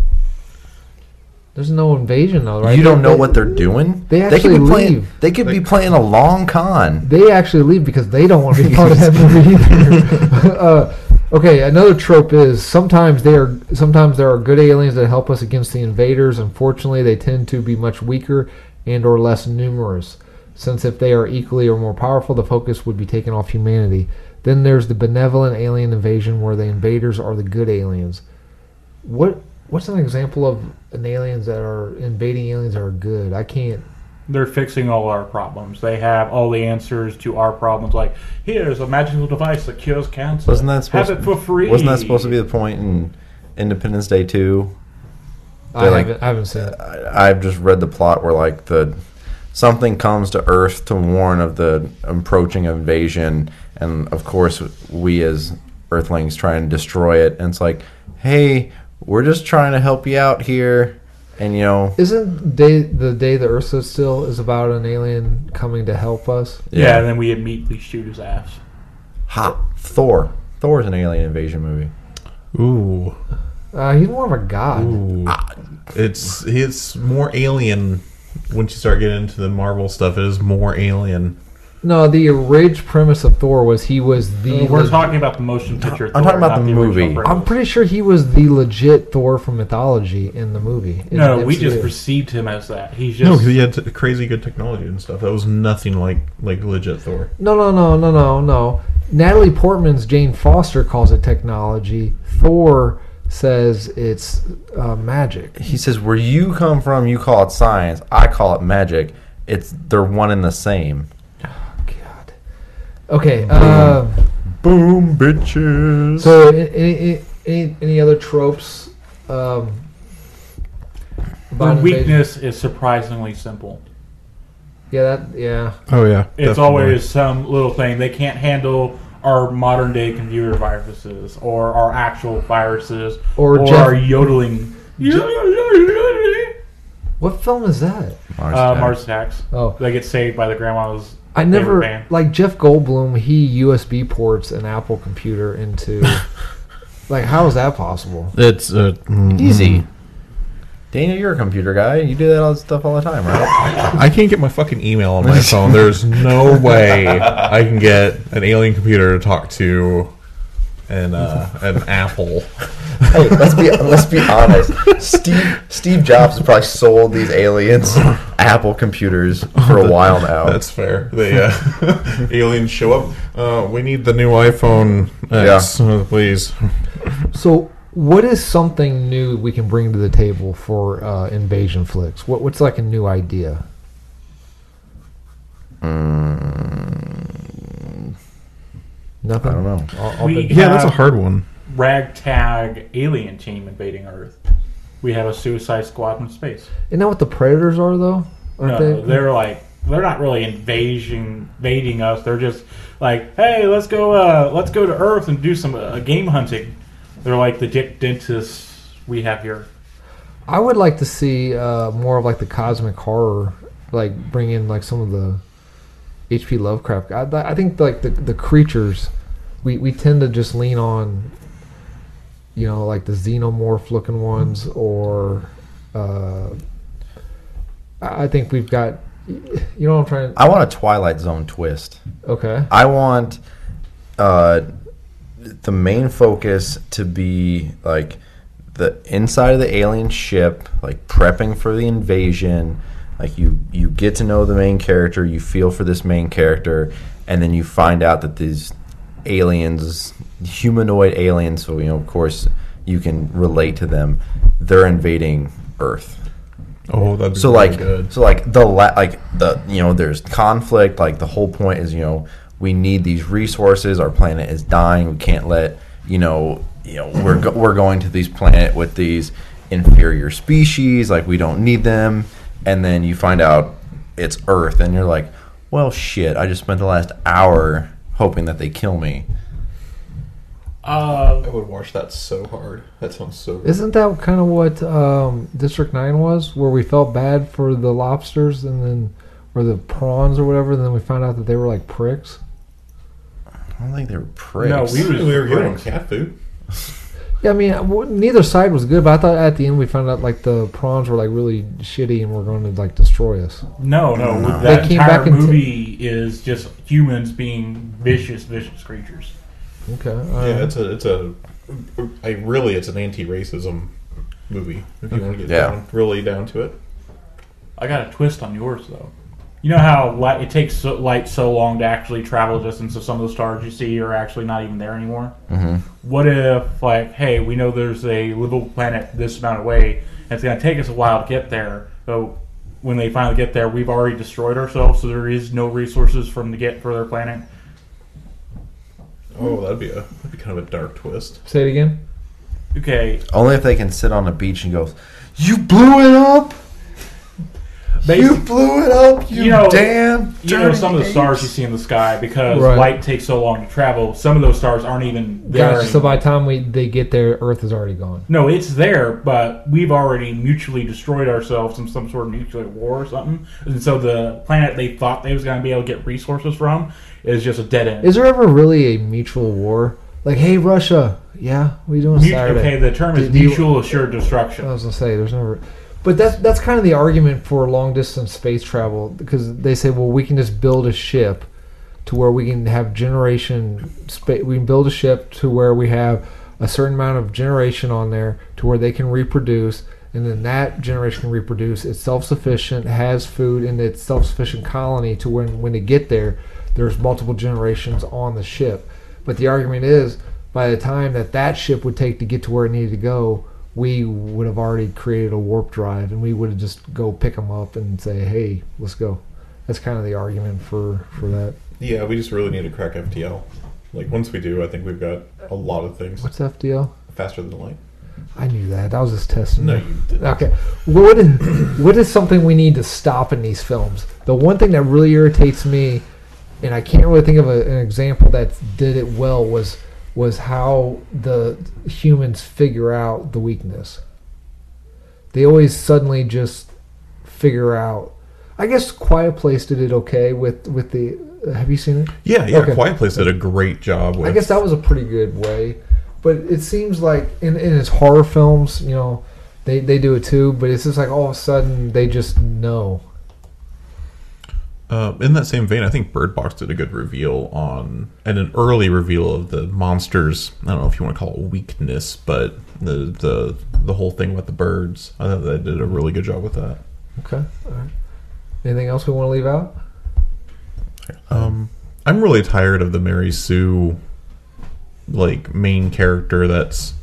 Speaker 1: there's no invasion though, right?
Speaker 2: You don't
Speaker 1: They-
Speaker 2: know
Speaker 1: they-
Speaker 2: what they're doing.
Speaker 1: They
Speaker 2: could
Speaker 1: actually
Speaker 2: be playing.
Speaker 1: leave.
Speaker 2: They could be playing a long con.
Speaker 1: They actually leave because they don't want to be part of that movie either. uh, okay, another trope is sometimes they are sometimes there are good aliens that help us against the invaders. Unfortunately, they tend to be much weaker and or less numerous. Since if they are equally or more powerful, the focus would be taken off humanity. Then there's the benevolent alien invasion, where the invaders are the good aliens. What what's an example of an aliens that are invading aliens that are good? I can't.
Speaker 4: They're fixing all our problems. They have all the answers to our problems. Like, here's a magical device that cures cancer.
Speaker 2: Wasn't that supposed?
Speaker 4: have it for free?
Speaker 2: Wasn't that supposed to be the point in Independence Day two?
Speaker 1: I
Speaker 2: They're like-
Speaker 1: haven't. I haven't seen it.
Speaker 2: I, I've just read the plot where like the something comes to Earth to warn of the approaching invasion, and of course we as Earthlings try and destroy it. And it's like, hey, we're just trying to help you out here, and you know,
Speaker 1: Isn't day the day the Earth stood still is about an alien coming to help us?
Speaker 4: Yeah. and then we immediately shoot his ass.
Speaker 2: ha, Thor. Thor's an alien invasion movie.
Speaker 3: Ooh,
Speaker 1: Uh, he's more of a god.
Speaker 3: ooh. It's it's more alien. Once you start getting into the Marvel stuff, it is more alien.
Speaker 1: No, the original premise of Thor was he was the.
Speaker 4: Uh, We're
Speaker 1: le-
Speaker 4: talking about the motion picture.
Speaker 2: I'm
Speaker 4: Thor,
Speaker 2: talking about
Speaker 4: not
Speaker 2: the
Speaker 4: original
Speaker 2: movie.
Speaker 4: premise.
Speaker 1: I'm pretty sure he was the legit Thor from mythology in the movie. In
Speaker 4: no,
Speaker 1: the
Speaker 4: we just
Speaker 1: MCU.
Speaker 4: perceived him as that. He's
Speaker 3: No,
Speaker 4: just
Speaker 3: because he had t- crazy good technology and stuff. That was nothing like like legit Thor.
Speaker 1: no, no, no, no, no, no. Natalie Portman's Jane Foster calls it technology. Thor says it's uh, magic.
Speaker 2: He says, "Where you come from, you call it science. I call it magic. It's they're one and the same."
Speaker 1: God. Okay. Uh,
Speaker 2: Boom, bitches.
Speaker 1: So, a- any, any, any other tropes? Um,
Speaker 4: the
Speaker 1: about invasion?
Speaker 4: weakness is surprisingly simple.
Speaker 1: Yeah, that, yeah.
Speaker 3: Oh yeah,
Speaker 4: It's always some little thing they can't handle. Our modern day computer viruses, or our actual viruses,
Speaker 1: Or
Speaker 4: or,
Speaker 1: Jeff-
Speaker 4: our yodeling.
Speaker 1: What film is that?
Speaker 2: Mars
Speaker 4: Uh,
Speaker 2: attacks.
Speaker 4: Mars attacks.
Speaker 1: Oh,
Speaker 4: They get saved by the grandma's.
Speaker 1: I
Speaker 4: favorite
Speaker 1: never
Speaker 4: band.
Speaker 1: like Jeff Goldblum. He USB ports an Apple computer into. like, how is that possible?
Speaker 3: It's uh,
Speaker 2: Easy. Dana, you're a computer guy. You do that all stuff all the time, right?
Speaker 3: I can't get my fucking email on my phone. There's no way I can get an alien computer to talk to an uh, an Apple.
Speaker 2: hey, let's be let's be honest. Steve Steve Jobs has probably sold these aliens Apple computers for a while now.
Speaker 3: That's fair. The uh, aliens show up. Uh, we need the new iPhone X, uh, please.
Speaker 1: So, what is something new we can bring to the table for uh, invasion flicks? What, what's like a new idea? Nothing.
Speaker 2: Mm. I don't know.
Speaker 1: I'll- I'll
Speaker 4: We-
Speaker 1: bet-
Speaker 3: Yeah, that's a
Speaker 4: Uh,
Speaker 3: hard one.
Speaker 4: ragtag alien team invading Earth. We have a Suicide Squad in space.
Speaker 1: Isn't that what the Predators are, though? Aren't
Speaker 4: No,
Speaker 1: they?
Speaker 4: they? are like they're not really invasion invading us. They're just like, hey, let's go, uh, let's go to Earth and do some uh, game hunting. They're like the dick dentists we have here.
Speaker 1: I would like to see uh, more of like the cosmic horror, like bring in like some of the H.P. Lovecraft. I, I think like the the creatures, we we tend to just lean on, you know, like the xenomorph looking ones, or uh, I I think we've got, you know, what I'm trying.
Speaker 2: I want a Twilight Zone twist.
Speaker 1: Okay,
Speaker 2: I want uh, the main focus to be like the inside of the alien ship, like prepping for the invasion. Like you, you get to know the main character, you feel for this main character, and then you find out that these aliens, humanoid aliens, so you know, of course, you can relate to them. They're invading Earth
Speaker 3: Oh, that'd be
Speaker 2: so
Speaker 3: really
Speaker 2: like
Speaker 3: good.
Speaker 2: so like the la- like the you know there's conflict like the whole point is you know we need these resources our planet is dying we can't let you know you know we're go- we're going to these planet with these inferior species like we don't need them and then you find out it's earth and you're like well shit i just spent the last hour hoping that they kill me uh,
Speaker 3: I would watch that so hard. That sounds so good.
Speaker 1: isn't that kind of what um, District Nine was, where we felt bad for the lobsters and then or the prawns or whatever, and then we found out that they were like pricks.
Speaker 2: i don't think they were pricks
Speaker 4: No, we were,
Speaker 3: We were good on cat food.
Speaker 1: Yeah, I mean, uh, w- neither side was good, but I thought at the end we found out like the prawns were like really shitty and were going to like destroy us.
Speaker 4: No, no.
Speaker 2: No.
Speaker 4: That
Speaker 1: They came
Speaker 4: entire
Speaker 1: back and t-
Speaker 4: movie is just humans being vicious, vicious creatures.
Speaker 1: Okay,
Speaker 4: Uh,
Speaker 1: all
Speaker 3: Yeah,
Speaker 1: right.
Speaker 3: it's a it's a. I really, it's an anti-racism movie. If you want to get
Speaker 2: Yeah.
Speaker 3: down, really down to it.
Speaker 4: I got a twist on yours though. You know how light, it takes so, light so long to actually travel distance of some of the stars you see are actually not even there anymore. Mm-hmm. What if, like, hey, we know there's a livable planet this amount away, and it's going to take us a while to get there. So when they finally get there, we've already destroyed ourselves, so there is no resources from to get for their planet.
Speaker 3: Oh, that'd be a that'd be kind of a dark twist.
Speaker 1: Say it again.
Speaker 4: Okay,
Speaker 2: only if they can sit on a beach and go you blew it up you blew it up, you,
Speaker 4: You know-
Speaker 2: damn.
Speaker 4: you know
Speaker 2: dirty
Speaker 4: some of the
Speaker 2: apes.
Speaker 4: stars you see in the sky because
Speaker 1: Right.
Speaker 4: light takes so long to travel. Some of those stars aren't even there.
Speaker 1: Gotcha. So
Speaker 4: anymore.
Speaker 1: by the time we they get there, Earth is already gone.
Speaker 4: No, it's there, but we've already mutually destroyed ourselves in some sort of nuclear war or something. And so the planet they thought they was going to be able to get resources from is just a dead end.
Speaker 1: Is there ever really a mutual war? Like, hey, Russia, yeah, we doing
Speaker 4: Mutu-
Speaker 1: Saturday.
Speaker 4: okay, the term is
Speaker 1: Do you-
Speaker 4: mutual assured
Speaker 1: I
Speaker 4: destruction.
Speaker 1: was gonna say there's never, but that's that's kind of the argument for long distance space travel because they say, well, we can just build a ship to where we can have generation space. We can build a ship to where we have a certain amount of generation on there to where they can reproduce, and then that generation can reproduce. It's self sufficient, has food, and it's self sufficient colony to when when they get there, there's multiple generations on the ship. But the argument is, by the time that that ship would take to get to where it needed to go, we would have already created a warp drive, and we would have just go pick them up and say, "Hey, let's go." That's kind of the argument for for that.
Speaker 3: Yeah, we just really need to crack FTL. Like once we do, I think we've got a lot of things
Speaker 1: What's FDL?
Speaker 3: faster than light.
Speaker 1: I knew that. That was just testing.
Speaker 3: No,
Speaker 1: me.
Speaker 3: you didn't.
Speaker 1: Okay. What is, what is something we need to stop in these films? The one thing that really irritates me, and I can't really think of a, an example that did it well, was was how the humans figure out the weakness. They always suddenly just figure out. I guess Quiet Place did it okay with with the. Have you seen it?
Speaker 3: Yeah, yeah.
Speaker 1: Okay.
Speaker 3: Quiet Place did a great job with.
Speaker 1: I guess that was a pretty good way, but it seems like in, in his horror films, you know, they, they do it too. But it's just like all of a sudden they just know.
Speaker 3: Uh, in that same vein, I think Bird Box did a good reveal on, and an early reveal of the monsters. I don't know if you want to call it weakness, but the the the whole thing with the birds. I thought they did a really good job with that.
Speaker 1: Okay. All right. Anything else we want to leave out?
Speaker 3: Um, I'm really tired of the Mary Sue, like main character that's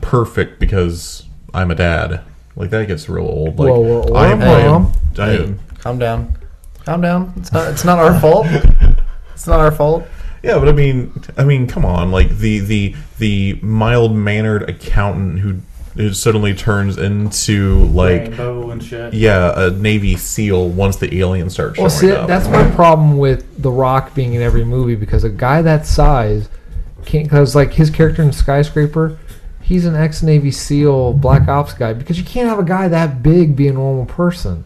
Speaker 3: perfect because I'm a dad. Like that gets real old. Like
Speaker 1: Whoa, whoa, whoa,
Speaker 3: I am, I am,
Speaker 1: mom.
Speaker 3: I am-
Speaker 2: Calm down. Calm down. It's not it's not our fault. It's not our fault.
Speaker 3: Yeah, but I mean, I mean, come on, like the the the mild mannered accountant who who suddenly turns into like
Speaker 4: Rainbow and shit.
Speaker 3: yeah a Navy SEAL once the aliens start showing
Speaker 1: Well, see,
Speaker 3: up.
Speaker 1: that's my problem with The Rock being in every movie because a guy that size can't. Because like his character in Skyscraper, he's an ex Navy SEAL Black Ops guy because you can't have a guy that big be a normal person.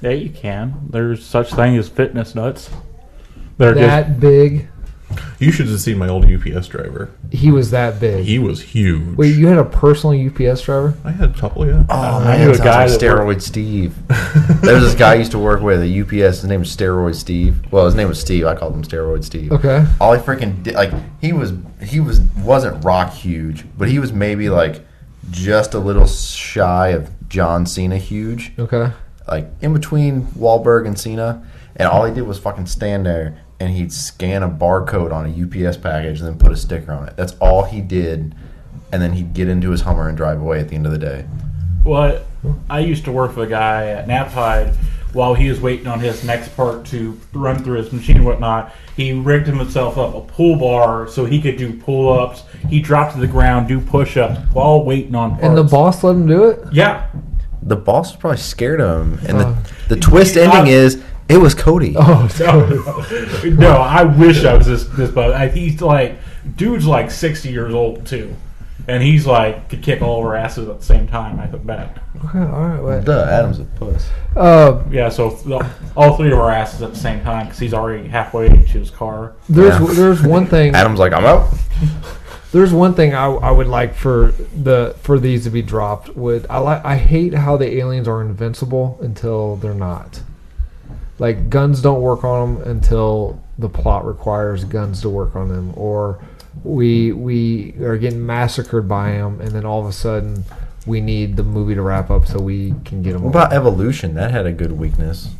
Speaker 4: Yeah, you can. There's such thing as fitness nuts. They're
Speaker 1: that big,
Speaker 3: You should have seen my old UPS driver.
Speaker 1: he was that big.
Speaker 3: He was huge.
Speaker 1: Wait, you had a personal UPS driver?
Speaker 3: I had a couple, yeah.
Speaker 2: Oh,
Speaker 4: I
Speaker 2: man,
Speaker 4: knew a
Speaker 2: it sounds
Speaker 4: guy
Speaker 2: like
Speaker 4: that
Speaker 2: Steroid Steve. there was this guy I used to work with at UPS. His name was Steroid Steve. Well, his name was Steve. I called him Steroid Steve.
Speaker 1: Okay.
Speaker 2: All he freaking did, like he was, he was wasn't rock huge, but he was maybe like just a little shy of John Cena huge,
Speaker 1: Okay.
Speaker 2: like in between Wahlberg and Cena. And all he did was fucking stand there and he'd scan a barcode on a UPS package and then put a sticker on it. That's all he did. And then he'd get into his Hummer and drive away at the end of the day.
Speaker 4: Well, I used to work with a guy at Napside while he was waiting on his next part to run through his machine and whatnot. He rigged himself up a pull bar so he could do pull ups. He dropped to the ground, do push ups while waiting on parts.
Speaker 1: And the boss let him do it?
Speaker 4: Yeah.
Speaker 2: The boss was probably scared of him, and
Speaker 1: Oh.
Speaker 2: the, the twist ending
Speaker 4: I-
Speaker 2: is it was Cody.
Speaker 1: Oh,
Speaker 4: No, no, I wish I was this this but I, he's like dude's like sixty years old too. And he's like could kick all of our asses at the same time, I think bet.
Speaker 1: okay. All right. Wait.
Speaker 2: Duh, Adam's a puss.
Speaker 1: Uh,
Speaker 4: Yeah, so th- all three of our asses at the same time because he's already halfway to his car.
Speaker 1: there's
Speaker 2: Yeah.
Speaker 1: there's one thing
Speaker 2: Adam's like, I'm out.
Speaker 1: there's one thing I, I would like for the for these to be dropped. Would I like I hate how the aliens are invincible until they're not. Like guns don't work on them until the plot requires guns to work on them, or we we are getting massacred by them, and then all of a sudden we need the movie to wrap up so we can get them.
Speaker 2: What about Evolution? That had a good weakness.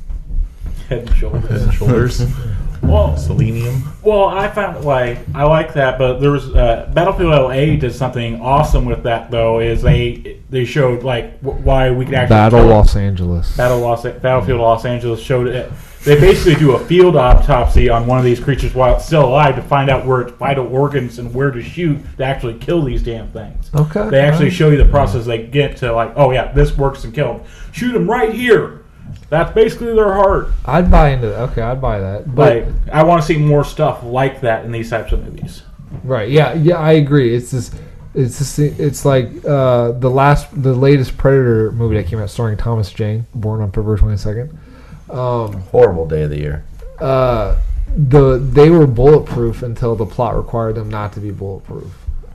Speaker 4: Head and
Speaker 3: Head
Speaker 4: shoulders.
Speaker 3: and shoulders,
Speaker 4: Well,
Speaker 3: selenium.
Speaker 4: well, I found like I like that, but there was uh, Battlefield LA did something awesome with that though. Is they they showed like w- why we can actually
Speaker 1: Battle
Speaker 4: kill-
Speaker 1: Los Angeles.
Speaker 4: Battle Los, Battlefield Los Angeles showed it. They basically do a field autopsy on one of these creatures while it's still alive to find out where its vital organs and where to shoot to actually kill these damn things.
Speaker 1: Okay.
Speaker 4: They actually show you the process they get to like, oh yeah, this works and kill them. Shoot them right here. That's basically their heart.
Speaker 1: I'd buy into that. Okay, I'd buy that. But
Speaker 4: Like, I want to see more stuff like that in these types of movies.
Speaker 1: Right. Yeah. Yeah. I agree. It's this. It's this, It's like uh, the last, the latest Predator movie that came out starring Thomas Jane, born on February twenty second.
Speaker 2: Horrible day of the year.
Speaker 1: Uh, the they were bulletproof until the plot required them not to be bulletproof,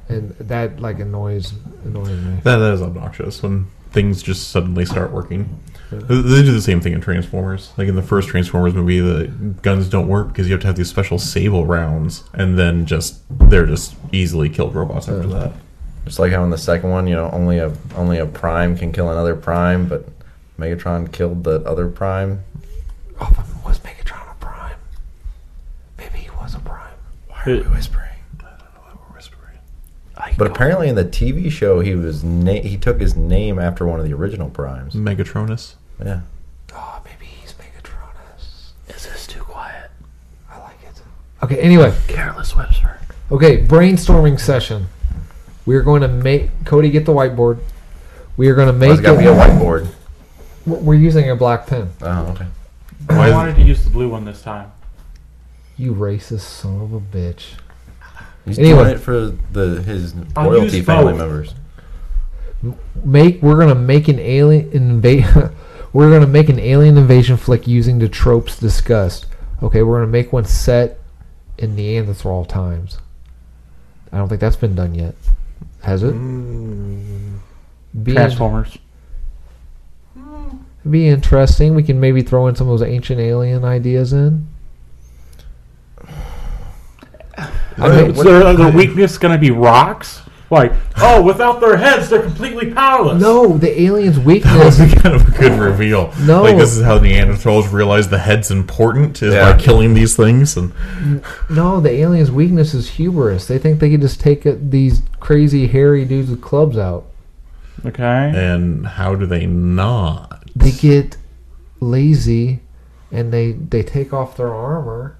Speaker 1: and that like annoys annoys me.
Speaker 3: That, that is obnoxious when things just suddenly start working. They they do the same thing in Transformers. Like in the first Transformers movie, the guns don't work because you have to have these special sable rounds, and then just they're just easily killed robots after that.
Speaker 2: Just like how in the second one, you know, only a only a prime can kill another prime, but Megatron killed the other prime.
Speaker 1: Oh, but was Megatron a prime? Maybe he was a prime.
Speaker 2: Why are we whispering? But apparently, in the TV show, he was na- he took his name after one of the original primes.
Speaker 1: Mm.
Speaker 3: Megatronus.
Speaker 2: Yeah.
Speaker 1: Oh, maybe he's Megatronus. Is this too quiet? I like it. Okay. Anyway.
Speaker 2: Careless whisper.
Speaker 1: Okay, brainstorming session. We are going to make Cody get the whiteboard. We are going to
Speaker 2: There's
Speaker 1: make.
Speaker 2: got to
Speaker 1: it-
Speaker 2: be a whiteboard.
Speaker 1: We're using a black pen.
Speaker 2: Oh, okay.
Speaker 3: Why
Speaker 4: I
Speaker 3: is-
Speaker 4: wanted to use the blue one this time.
Speaker 1: You racist son of a bitch.
Speaker 2: He's
Speaker 1: Anyway.
Speaker 2: doing it for the his
Speaker 4: I'll
Speaker 2: royalty
Speaker 4: use
Speaker 2: family
Speaker 4: both.
Speaker 2: members.
Speaker 1: Make we're going to make an alien invade. we're going to make an alien invasion flick using the tropes discussed. Okay, we're going to make one set in Neanderthal times. I don't think that's been done yet. Has it? Being-
Speaker 4: Transformers.
Speaker 1: be interesting. We can maybe throw in some of those ancient alien ideas in. I
Speaker 2: Right,
Speaker 1: mean,
Speaker 2: what-
Speaker 4: their, their weakness going to be rocks? Like, oh, without their heads, they're completely powerless.
Speaker 1: no, the alien's
Speaker 3: That was
Speaker 1: weakness.
Speaker 3: kind of a good reveal.
Speaker 1: No.
Speaker 3: Like this is how Neanderthals realized the head's important is
Speaker 2: Yeah.
Speaker 3: by killing these things and
Speaker 1: no, the alien's weakness is hubris. They think they can just take it, these crazy hairy dudes with clubs out.
Speaker 4: Okay.
Speaker 3: and how do they not?
Speaker 1: They get lazy, and they they take off their armor.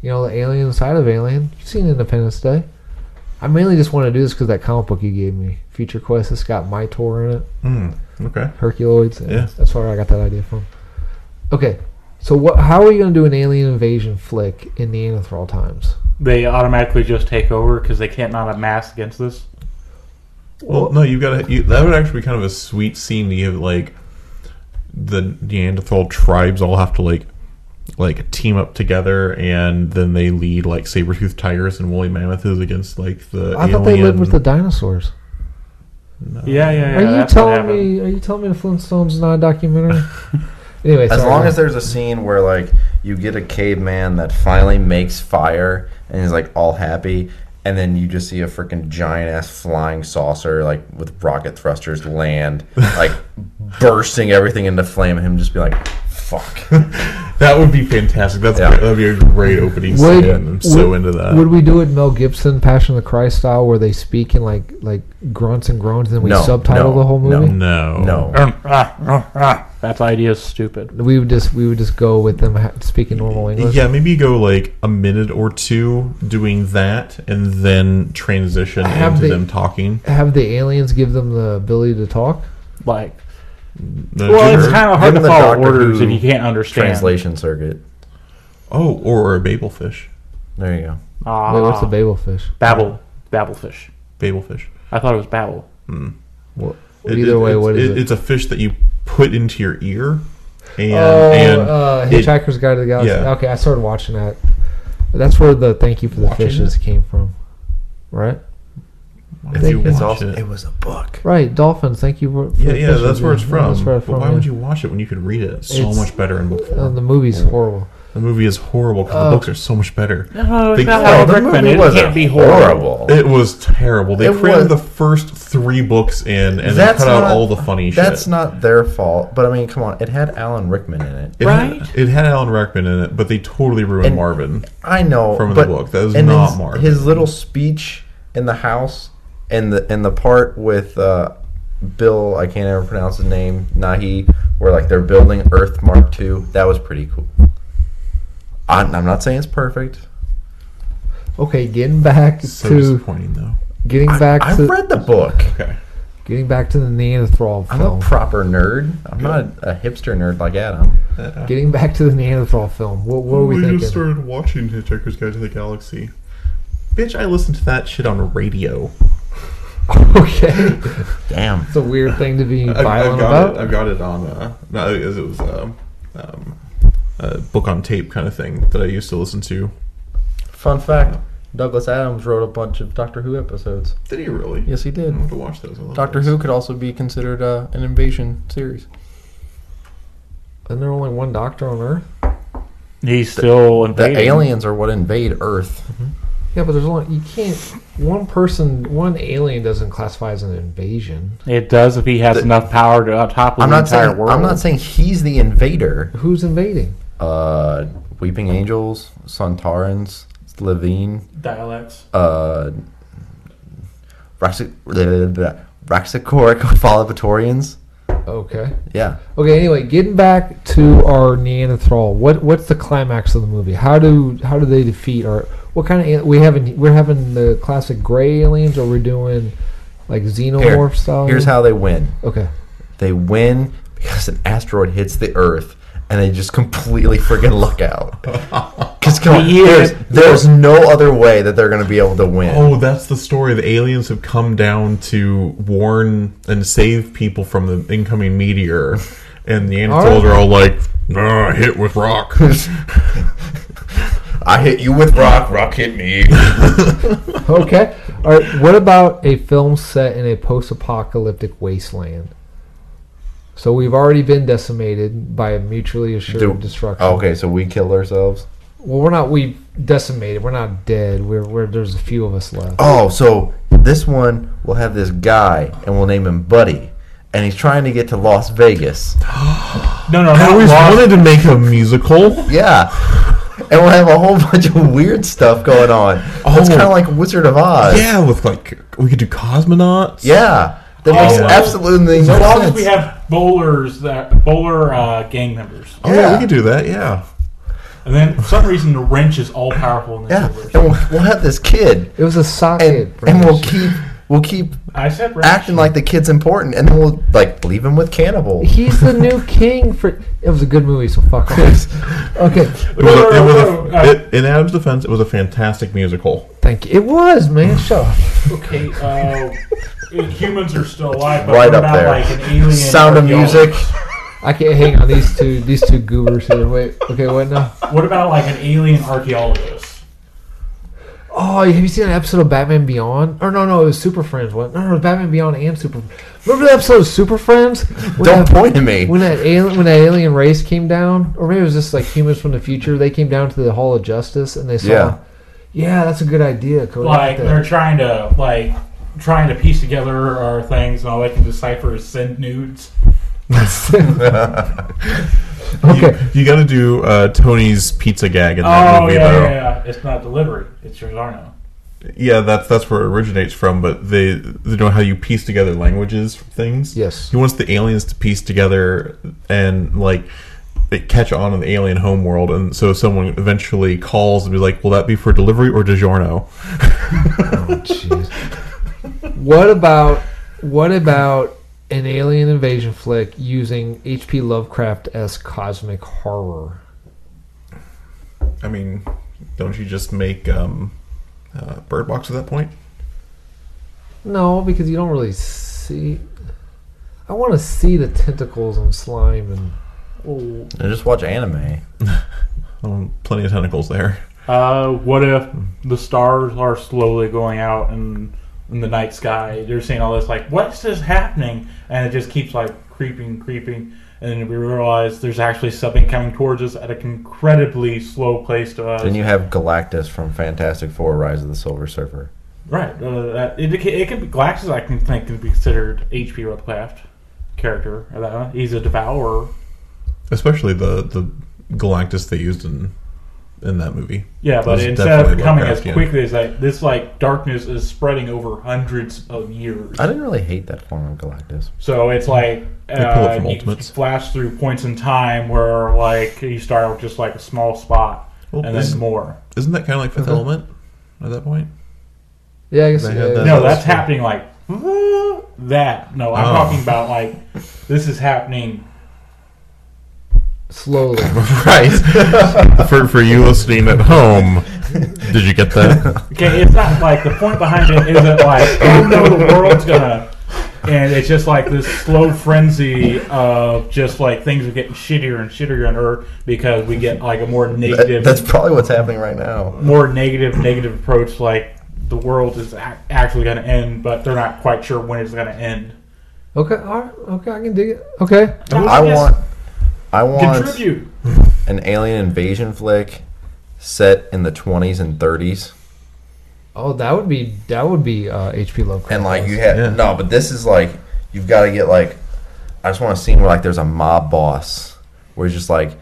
Speaker 1: You know, the alien side of alien. You've seen Independence Day. I mainly just want to do this because that comic book you gave me, Future Quest. It's got my tour in it.
Speaker 3: Hmm. Okay.
Speaker 1: Herculoids. and
Speaker 3: Yeah.
Speaker 1: That's where I got that idea from. Okay. So what? How are you going to do an alien invasion flick in Neanderthal times?
Speaker 4: They automatically just take over because they can't mount a mask against this.
Speaker 3: Well, no, you've got to. You, that would actually be kind of a sweet scene to have like the Neanderthal tribes all have to like like team up together, and then they lead like saber-toothed tigers and woolly mammoths against like the.
Speaker 1: I thought they lived with the dinosaurs.
Speaker 4: Yeah, yeah, yeah.
Speaker 1: are you
Speaker 4: that's what
Speaker 1: telling
Speaker 4: happened.
Speaker 1: me? Are you telling me the Flintstones is not a documentary? anyway,
Speaker 2: As
Speaker 1: sorry.
Speaker 2: long as there's a scene where like you get a caveman that finally makes fire and is like all happy, and then you just see a freaking giant ass flying saucer like with rocket thrusters land, like bursting everything into flame, and him just be like, "Fuck."
Speaker 3: That would be fantastic. That's
Speaker 2: Yeah.
Speaker 3: great. that'd be a great opening
Speaker 1: Would-
Speaker 3: scene. I'm so
Speaker 1: would-
Speaker 3: into that.
Speaker 1: Would we do it Mel Gibson Passion of the Christ style, where they speak in like like grunts and groans, and then we
Speaker 2: No,
Speaker 1: subtitle
Speaker 2: no,
Speaker 1: the whole
Speaker 2: no.
Speaker 1: movie?
Speaker 3: no,
Speaker 2: no.
Speaker 4: Um, ah, ah, ah. That idea is stupid.
Speaker 1: We would just we would just go with them ha- speaking normal English.
Speaker 3: Yeah, maybe go like a minute or two doing that, and then transition
Speaker 1: Have
Speaker 3: into
Speaker 1: they-
Speaker 3: them talking.
Speaker 1: Have the aliens give them the ability to talk?
Speaker 4: Like,
Speaker 3: No,
Speaker 4: well,
Speaker 3: sure.
Speaker 4: it's kind of hard
Speaker 2: Even
Speaker 4: to
Speaker 2: the
Speaker 4: follow
Speaker 2: Doctor
Speaker 4: orders
Speaker 2: Who
Speaker 4: if you can't understand.
Speaker 2: Translation circuit.
Speaker 3: oh, or a babelfish,
Speaker 2: There you go.
Speaker 4: Ah,
Speaker 1: Wait, what's the Babel fish?
Speaker 4: Babel, Babelfish.
Speaker 3: babelfish.
Speaker 4: I thought it was Babel.
Speaker 1: What,
Speaker 3: It-
Speaker 1: either
Speaker 3: it-
Speaker 1: way,
Speaker 3: it's,
Speaker 1: what is it?
Speaker 3: It's a fish that you put into your ear, and
Speaker 1: oh,
Speaker 3: and
Speaker 1: uh,
Speaker 3: it-
Speaker 1: Hitchhiker's Guide to the Galaxy.
Speaker 3: Yeah.
Speaker 1: Okay, I started watching that. That's where the thank you for the
Speaker 3: Watching
Speaker 1: fishes came from, right?
Speaker 3: why
Speaker 1: It's-
Speaker 3: would you
Speaker 2: It's
Speaker 3: watch
Speaker 2: also
Speaker 3: it?
Speaker 2: it was a book.
Speaker 1: Right, dolphins. Thank you for, for
Speaker 3: yeah,
Speaker 1: the
Speaker 3: yeah,
Speaker 1: fishes.
Speaker 3: that's where it's from.
Speaker 1: That's where it's
Speaker 3: but
Speaker 1: from.
Speaker 3: why
Speaker 1: yeah.
Speaker 3: would you watch it when you could read it? It's so
Speaker 1: It's-
Speaker 3: much better in book
Speaker 1: Uh,
Speaker 3: form.
Speaker 1: the movie's horrible.
Speaker 3: The movie is horrible because
Speaker 1: Uh,
Speaker 3: the books are so much better.
Speaker 4: No, it's
Speaker 3: They-
Speaker 4: not
Speaker 3: Oh,
Speaker 4: how
Speaker 2: the
Speaker 4: Rickman.
Speaker 2: movie
Speaker 4: It
Speaker 2: wasn't
Speaker 4: can't be horrible.
Speaker 3: It was terrible. They
Speaker 2: It
Speaker 3: crammed
Speaker 2: was-
Speaker 3: the first three books in and then
Speaker 2: That's
Speaker 3: cut out
Speaker 2: not-
Speaker 3: all the funny shit.
Speaker 2: That's not their fault, but I mean, come on. It had Alan Rickman in it.
Speaker 3: It had-
Speaker 4: Right?
Speaker 3: it had Alan Rickman in it, but they totally ruined
Speaker 2: And-
Speaker 3: Marvin.
Speaker 2: I know
Speaker 3: From the
Speaker 2: but,
Speaker 3: book. That is
Speaker 2: and
Speaker 3: not
Speaker 2: his,
Speaker 3: Marvin.
Speaker 2: His little speech in the house and the and the part with uh, Bill, I can't ever pronounce his name, Nahi, where like they're building Earth Mark II. That was pretty cool. I, I'm not saying it's perfect.
Speaker 1: Okay, getting back
Speaker 3: So
Speaker 1: to
Speaker 3: disappointing, though.
Speaker 1: getting back
Speaker 2: I,
Speaker 1: to
Speaker 2: have read the book.
Speaker 3: Okay.
Speaker 1: getting back to the Neanderthal
Speaker 2: I'm a
Speaker 1: film.
Speaker 2: proper nerd. I'm not a, hipster nerd like Adam.
Speaker 3: Uh,
Speaker 1: getting back to the Neanderthal film. What, what were we, thinking?
Speaker 3: started watching Hitchhiker's Guide to the Galaxy. Bitch, I listened to that shit on radio.
Speaker 1: Okay,
Speaker 2: Damn.
Speaker 1: it's a weird thing to be
Speaker 3: I've,
Speaker 1: violent
Speaker 3: I've got
Speaker 1: about.
Speaker 3: it. I've got it on. Uh, no, it was um, um, a book on tape kind of thing that I used to listen to.
Speaker 2: Fun fact: Douglas Adams wrote a bunch of Doctor Who episodes. Mm.
Speaker 3: Did he really?
Speaker 2: Yes, he
Speaker 3: I
Speaker 2: did.
Speaker 3: have to watch those. I love
Speaker 2: Doctor
Speaker 3: those.
Speaker 2: Who could also be considered uh, an invasion series.
Speaker 1: Isn't there only one doctor on Earth?
Speaker 4: He's still
Speaker 2: The
Speaker 4: invading.
Speaker 2: aliens are what invade Earth.
Speaker 1: Yeah, but there's only you can't. One person, one alien doesn't classify as an invasion.
Speaker 4: It does if he has enough power to uh, topple
Speaker 2: I'm
Speaker 4: the
Speaker 2: not
Speaker 4: entire
Speaker 2: saying
Speaker 4: world.
Speaker 2: I'm not saying he's the invader.
Speaker 1: Who's invading?
Speaker 2: Uh, Weeping Angels, Santarans, Levine,
Speaker 4: dialects.
Speaker 2: uh, Raxi- Raxicoric Falabatorians.
Speaker 1: Okay.
Speaker 2: Yeah,
Speaker 1: Okay. Anyway, getting back to our Neanderthal. What what's the climax of the movie? How do how do they defeat our? What kind of al- we having? We're having the classic gray aliens, or we're doing like xenomorph style.
Speaker 2: here's how they win.
Speaker 1: Okay.
Speaker 2: They win because an asteroid hits the Earth. And they just completely freaking luck out. Because
Speaker 4: Yeah.
Speaker 2: there's, there's no other way that they're going to be able to win.
Speaker 3: Oh, that's the story. The aliens have come down to warn and save people from the incoming meteor, and the Neanderthals are all like, "Nah, "Hit with rock."
Speaker 2: I hit you with rock, rock hit me.
Speaker 1: Okay. All right. What about a film set in a post-apocalyptic wasteland? So we've already been decimated by a mutually assured
Speaker 2: Do-
Speaker 1: destruction.
Speaker 2: okay, so we killed ourselves.
Speaker 1: Well, we're not. We decimated. We're not dead. We're, we're there's a few of us left.
Speaker 2: Oh, so this one will have this guy, and we'll name him Buddy, and he's trying to get to Las Vegas.
Speaker 4: No, no,
Speaker 3: I
Speaker 4: not
Speaker 3: always
Speaker 4: lost.
Speaker 3: wanted to make a musical.
Speaker 2: Yeah, and we'll have a whole bunch of weird stuff going on. It's
Speaker 3: Oh.
Speaker 2: kind of like Wizard of Oz.
Speaker 3: Yeah, with like we could do cosmonauts.
Speaker 2: yeah, that makes
Speaker 4: Oh.
Speaker 2: absolutely no
Speaker 4: As long
Speaker 2: sense.
Speaker 4: as we have bowlers that bowler uh, gang members,
Speaker 3: Oh yeah,
Speaker 2: Yeah.
Speaker 3: we could do that. Yeah.
Speaker 4: and then for some reason the wrench is all powerful in this
Speaker 2: yeah,
Speaker 4: universe.
Speaker 2: and we'll, we'll have this kid,
Speaker 1: It was a
Speaker 2: and,
Speaker 1: socket.
Speaker 2: and we'll keep we'll keep
Speaker 4: I said wrench.
Speaker 2: acting like the kid's important, and then we'll like leave him with Cannibal.
Speaker 1: He's the new king for. It was a good movie, so fuck off. Okay,
Speaker 3: It was a, it was
Speaker 4: Whoa, whoa, whoa, uh,
Speaker 3: a, it, in Adam's defense, it was a fantastic musical.
Speaker 2: Mm.
Speaker 1: thank you. It was man. Shut up.
Speaker 4: okay. Uh, humans are still alive, but
Speaker 2: Right
Speaker 4: what
Speaker 2: up
Speaker 4: about
Speaker 2: there.
Speaker 4: like an alien?
Speaker 2: Sound of music.
Speaker 4: archaeologist?
Speaker 1: I can't hang on these two these two goobers here. Wait, okay, what now?
Speaker 4: What about like an alien archaeologist?
Speaker 1: Oh, have you seen an episode of Batman Beyond? Or no, no, it was Super Friends. What? No, no, it was Batman Beyond and Super. Remember the episode of Super Friends? When
Speaker 2: Don't
Speaker 1: that-
Speaker 2: point at me.
Speaker 1: When that alien, when that alien race came down, or maybe it was just like humans from the future, they came down to the Hall of Justice and they saw.
Speaker 2: Yeah.
Speaker 1: Yeah, that's a good idea, Cody. I
Speaker 4: Like
Speaker 1: like that.
Speaker 4: they're trying to like trying to piece together our things, and all they can decipher is send nudes.
Speaker 1: okay,
Speaker 3: You, got to do uh, Tony's pizza gag in that
Speaker 4: Oh yeah,
Speaker 3: movie,
Speaker 4: yeah,
Speaker 3: though.
Speaker 4: yeah, it's not delivery; it's Giordano.
Speaker 3: Yeah, that's that's where it originates from. But they they know how you piece together languages from things.
Speaker 1: Yes.
Speaker 3: he wants the aliens to piece together and like they catch on in the alien homeworld, and so someone eventually calls and be like, "Will that be for delivery or DiGiorno?"
Speaker 1: jeez. what about what about an alien invasion flick using H.P. Lovecraft as cosmic horror?
Speaker 3: I mean, don't you just make um, uh, Bird Box at that point?
Speaker 1: No, because you don't really see. I want to see the tentacles and slime and.
Speaker 2: And just watch anime.
Speaker 3: Um, plenty of tentacles there.
Speaker 4: Uh, what if the stars are slowly going out and in the night sky? They're seeing all this, like, what's this happening? And it just keeps like creeping, creeping, and then we realize there's actually something coming towards us at an incredibly slow pace to us.
Speaker 2: Then you have Galactus from Fantastic Four: Rise of the Silver Surfer.
Speaker 4: right? Uh, that, it, it, could be Galactus. I can think can be considered H.P. Lovecraft character. Uh, he's a devourer.
Speaker 3: Especially the the Galactus they used in in that movie.
Speaker 4: Yeah, but
Speaker 3: That's
Speaker 4: instead of
Speaker 3: definitely
Speaker 4: coming as
Speaker 3: Lovecraftian.
Speaker 4: quickly as like this, like darkness is spreading over hundreds of years.
Speaker 2: I didn't really hate that form of Galactus.
Speaker 4: So it's like
Speaker 3: pull it
Speaker 4: uh,
Speaker 3: from
Speaker 4: you
Speaker 3: Ultimates.
Speaker 4: flash through points in time where like you start with just like a small spot
Speaker 3: Well,
Speaker 4: and
Speaker 3: this-
Speaker 4: then more.
Speaker 3: Isn't that kind of like Fifth
Speaker 1: Okay.
Speaker 3: Element at that point?
Speaker 1: Yeah, I guess.
Speaker 3: They
Speaker 1: yeah,
Speaker 3: had that-
Speaker 1: yeah.
Speaker 4: No,
Speaker 3: that's
Speaker 4: that's happening like that. No, I'm
Speaker 3: Oh.
Speaker 4: talking about like this is happening.
Speaker 1: slowly.
Speaker 3: Right. for for you listening at home, did you get that?
Speaker 4: Okay, it's not like the point behind it isn't like oh no the world's gonna. And it's just like this slow frenzy of just like things are getting shittier and shittier on Earth because we get like a more
Speaker 2: That-
Speaker 4: negative.
Speaker 2: that's probably what's happening right now.
Speaker 4: more negative negative approach like the world is ac- actually going to end but they're not quite sure when it's going to end
Speaker 1: Okay, all right. Okay, I can dig it. Okay.
Speaker 2: I want, I want
Speaker 4: contribute
Speaker 2: an alien invasion flick set in the 20s and 30s,
Speaker 1: Oh, that would be that would be uh, HP Lovecraft.
Speaker 2: and like you had
Speaker 3: Yeah.
Speaker 2: no, but this is like you've got to get like I just want a scene where like there's a mob boss where he's just like.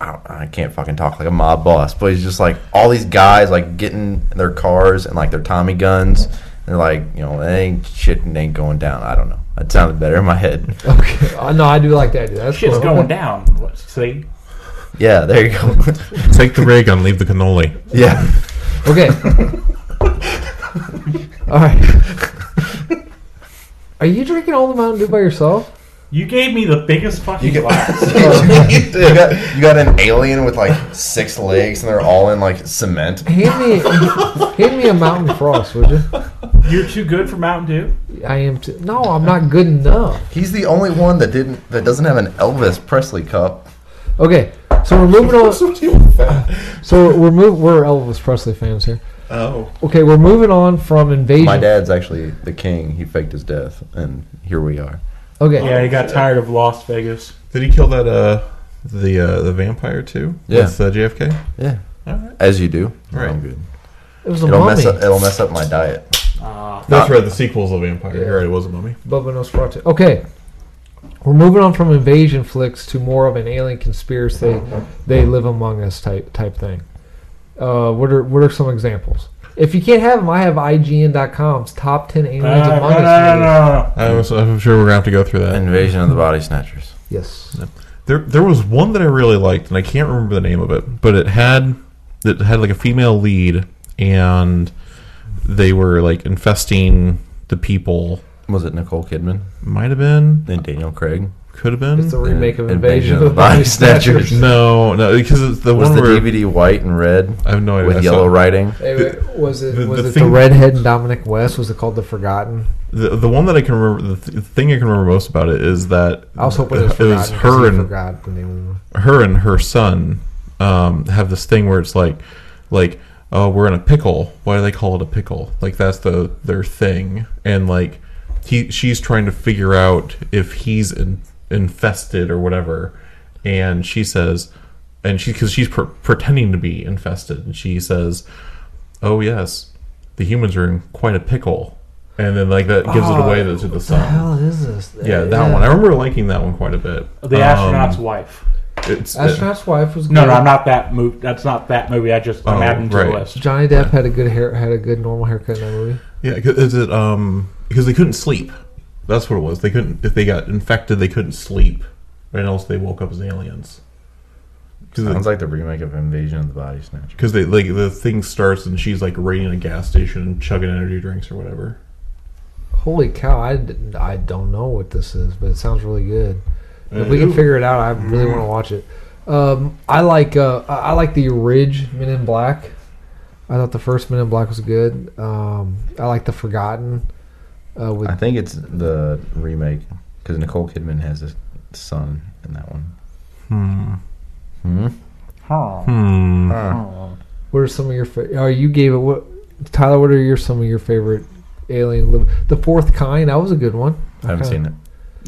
Speaker 2: I, don't- I can't fucking talk like a mob boss, but he's just like all these guys like getting in their cars and like their Tommy guns. And they're like, you know, it ain't shit and ain't going down. I don't know. That sounded better in my head.
Speaker 1: Okay. Uh, no, I do like that. Idea. That's
Speaker 4: shit's
Speaker 1: cool.
Speaker 4: going down let's see
Speaker 2: Yeah, there you go.
Speaker 3: Take the ray gun, leave the cannoli.
Speaker 2: yeah.
Speaker 1: Okay. all right. Are you drinking all the Mountain Dew by yourself?
Speaker 4: you gave me the biggest fucking
Speaker 2: You get
Speaker 4: glass
Speaker 2: you got you got an alien with like six legs and they're all in like cement.
Speaker 1: Hand me, hand me a Mountain Frost, would you?
Speaker 4: you're too good for mountain dew
Speaker 1: I am. T- no, I'm not good enough.
Speaker 2: He's the only one that didn't that doesn't have an Elvis Presley cup.
Speaker 1: Okay, so we're moving on. so we're move. We're Elvis Presley fans here.
Speaker 3: Oh,
Speaker 1: Okay, we're moving on from invasion.
Speaker 2: My dad's actually the king. He faked his death, and here we are.
Speaker 1: Okay,
Speaker 4: yeah he got tired of las vegas
Speaker 3: did he kill that uh the uh the vampire too?
Speaker 2: Yeah.
Speaker 3: With, uh, JFK.
Speaker 2: Yeah,
Speaker 3: All right.
Speaker 2: as you do.
Speaker 3: Right.
Speaker 2: I'm good.
Speaker 1: it was a
Speaker 2: It'll
Speaker 1: mummy.
Speaker 2: mess up. It'll mess up my diet.
Speaker 4: uh,
Speaker 3: That's right. The sequel's a vampire.
Speaker 1: Yeah.
Speaker 3: You're right. It was a mummy.
Speaker 1: Bubba Nosferatu. Okay, we're moving on from invasion flicks to more of an alien conspiracy. They live among us type type thing. Uh, what are what are some examples? If you can't have them, I have IGN.com's top ten aliens
Speaker 4: no,
Speaker 1: among
Speaker 4: Uh, no, no,
Speaker 1: us.
Speaker 4: no, no.
Speaker 3: I'm, I'm sure we're gonna have to go through that.
Speaker 2: Invasion of the Body Snatchers.
Speaker 1: Yes.
Speaker 3: There, there was one that I really liked, and I can't remember the name of it, but it had it had like a female lead, and they were like infesting the people.
Speaker 2: Was it Nicole Kidman
Speaker 3: Might have been
Speaker 2: and Daniel Craig?
Speaker 3: could have been.
Speaker 1: It's a remake of
Speaker 2: Invasion
Speaker 1: Invasion
Speaker 2: of
Speaker 1: of the Body Snatchers.
Speaker 3: no, no, because it's the
Speaker 2: Was
Speaker 3: one
Speaker 2: the
Speaker 3: where
Speaker 2: DVD white and red
Speaker 3: I have no idea. I
Speaker 2: with
Speaker 3: saw-
Speaker 2: yellow writing?
Speaker 1: Anyway, was it
Speaker 3: The-
Speaker 1: was it
Speaker 3: the
Speaker 1: the
Speaker 3: thing-
Speaker 1: redhead and Dominic West? Was it called the Forgotten?
Speaker 3: The, the one that I can remember, the th- thing I can remember most about it is that
Speaker 1: I was hoping it was
Speaker 3: it
Speaker 1: Forgotten.
Speaker 3: was
Speaker 1: 'cause
Speaker 3: her
Speaker 1: he
Speaker 3: and
Speaker 1: forgot the name of the movie.
Speaker 3: her and her son um, have this thing where it's like, like, oh, we're in a pickle. Why do they call it a pickle? Like that's the their thing, and like he, she's trying to figure out if he's in, infested or whatever, and she says, and she because she's pr- pretending to be infested, and she says, oh yes, the humans are in quite a pickle, and then like that gives it
Speaker 1: Oh,
Speaker 3: away to the
Speaker 1: What the
Speaker 3: son.
Speaker 1: hell is this?
Speaker 3: Yeah, that one. I remember liking that one quite a bit.
Speaker 4: The astronaut's wife.
Speaker 3: Um, it's,
Speaker 1: Astronaut's Wife was good.
Speaker 4: Um, No, no, I'm not that movie. That's not that movie. I just
Speaker 3: Oh,
Speaker 4: I'm adding to
Speaker 3: right.
Speaker 4: the list.
Speaker 1: Johnny Depp had a good hair, had a good normal haircut in that movie.
Speaker 3: Yeah, 'cause is it um because they couldn't sleep. That's what it was. They couldn't if they got infected, they couldn't sleep, and else they woke up as aliens.
Speaker 2: Sounds
Speaker 3: Because
Speaker 2: like the remake of Invasion of the Body Snatchers.
Speaker 3: they like the thing starts and she's like raiding a gas station and chugging energy drinks or whatever.
Speaker 1: Holy cow! I, didn't- I don't know what this is, but it sounds really good. If we
Speaker 3: Ooh.
Speaker 1: can figure it out, I really want to watch it. Um, I like uh, I I like the Ridge Men in Black. I thought the first Men in Black was good. Um, I like the Forgotten. Uh, with
Speaker 2: I think it's the remake because Nicole Kidman has a son in that one.
Speaker 3: Hmm.
Speaker 2: Hmm?
Speaker 4: Huh.
Speaker 3: Hmm.
Speaker 2: Huh.
Speaker 1: what are some of your fa- oh you gave it what Tyler? What are your some of your favorite alien? Li- the Fourth Kind. That was a good one.
Speaker 2: I haven't seen it.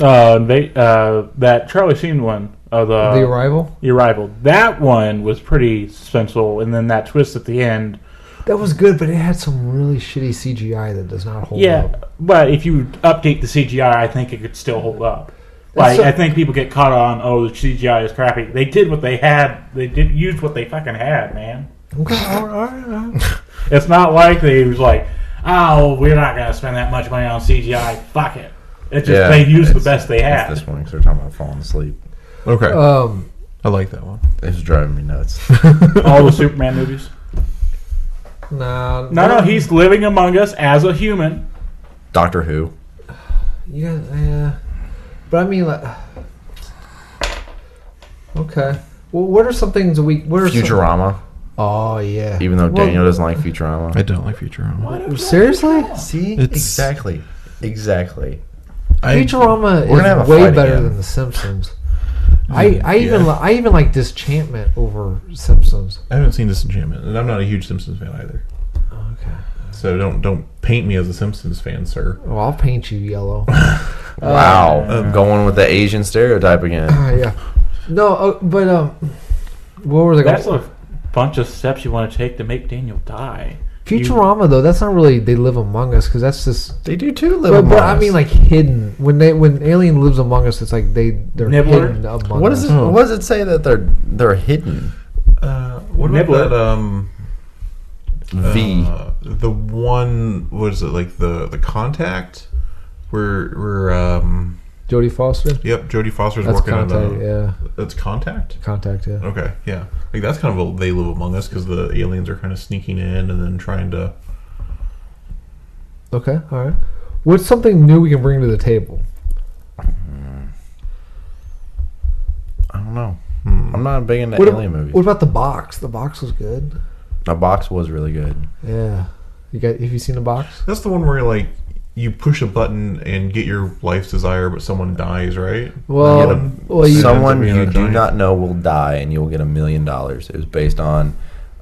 Speaker 4: Uh, they, uh, that Charlie Sheen one of the,
Speaker 2: Uh,
Speaker 1: The Arrival.
Speaker 4: The Arrival. That one was pretty suspenseful, and then that twist at the end.
Speaker 1: That was good, but it had some really shitty CGI that does not hold
Speaker 4: yeah,
Speaker 1: up.
Speaker 4: but if you update the CGI, I think it could still hold up.
Speaker 1: That's
Speaker 4: Like
Speaker 1: so-
Speaker 4: I think people get caught on, oh, the CGI is crappy. They did what they had. They did used what they fucking had, man.
Speaker 1: Okay, all right, all right, all right.
Speaker 4: It's not like they was like, oh, we're not gonna spend that much money on CGI. Fuck it. It's just
Speaker 2: Yeah,
Speaker 4: they used the
Speaker 2: it's-
Speaker 4: best they had.
Speaker 2: It's this one because we're talking about falling asleep.
Speaker 3: Okay,
Speaker 1: Um,
Speaker 3: I like that one.
Speaker 2: It was driving me nuts.
Speaker 4: All the Superman movies.
Speaker 1: nah,
Speaker 4: No, no, he's living among us as a human.
Speaker 2: Doctor Who.
Speaker 1: You guys, yeah. But I mean, like, okay. Well, what are some things we? What are some-
Speaker 2: Futurama.
Speaker 1: oh yeah.
Speaker 2: Even though
Speaker 1: Well,
Speaker 2: Daniel doesn't like Futurama.
Speaker 3: I don't like Futurama.
Speaker 1: seriously,
Speaker 2: See?
Speaker 3: It's-
Speaker 2: Exactly. Exactly.
Speaker 3: I,
Speaker 1: Futurama
Speaker 2: We're gonna have
Speaker 1: is
Speaker 2: a
Speaker 1: way
Speaker 2: fight
Speaker 1: better
Speaker 2: again.
Speaker 1: than the Simpsons. I, I even
Speaker 3: Yeah.
Speaker 1: li- I even like Disenchantment over Simpsons.
Speaker 3: I haven't seen Disenchantment, and I'm not a huge Simpsons fan either.
Speaker 1: Okay.
Speaker 3: So don't don't paint me as a Simpsons fan, sir.
Speaker 1: Well, I'll paint you yellow.
Speaker 2: Uh, Wow. Going with the Asian stereotype again.
Speaker 1: Ah, yeah. No, uh, but um, what was I going?
Speaker 4: That's a bunch of steps you want to take to make Daniel die.
Speaker 1: Futurama though, that's not really they live among us because that's just
Speaker 2: They do too live
Speaker 1: But,
Speaker 2: among
Speaker 1: but I
Speaker 2: us.
Speaker 1: mean, like hidden. When they when alien lives among us, it's like they they're
Speaker 4: Nibbler?
Speaker 1: hidden among
Speaker 2: what
Speaker 1: us.
Speaker 2: is it? What does it say that they're they're hidden?
Speaker 3: Uh, what
Speaker 4: Nibbler.
Speaker 3: about that? Um,
Speaker 2: V.
Speaker 3: Uh, the one was it like the the contact where where um
Speaker 1: Jodie Foster.
Speaker 3: yep Jodie Foster's
Speaker 1: That's
Speaker 3: working
Speaker 1: contact.
Speaker 3: on a,
Speaker 1: yeah,
Speaker 3: that's contact
Speaker 1: contact. Yeah.
Speaker 3: okay yeah like that's kind of a they live among us because the aliens are kind of sneaking in and then trying to Oh.
Speaker 1: Okay. All right. What's something new we can bring to the table?
Speaker 2: I don't know.
Speaker 3: hmm.
Speaker 2: I'm not big into
Speaker 1: What, ab-
Speaker 2: alien movies.
Speaker 1: what about the box? The box was good.
Speaker 2: the box was really good.
Speaker 1: Yeah. You got? Have you seen the box?
Speaker 3: that's the one where like you push a button and get your life's desire but someone dies right
Speaker 1: Well, um,
Speaker 2: Yeah,
Speaker 1: well, you,
Speaker 3: some-
Speaker 2: Someone
Speaker 3: Yeah,
Speaker 2: you
Speaker 3: the
Speaker 2: do
Speaker 3: giant-
Speaker 2: not know will die, and you will get a million dollars. It was based on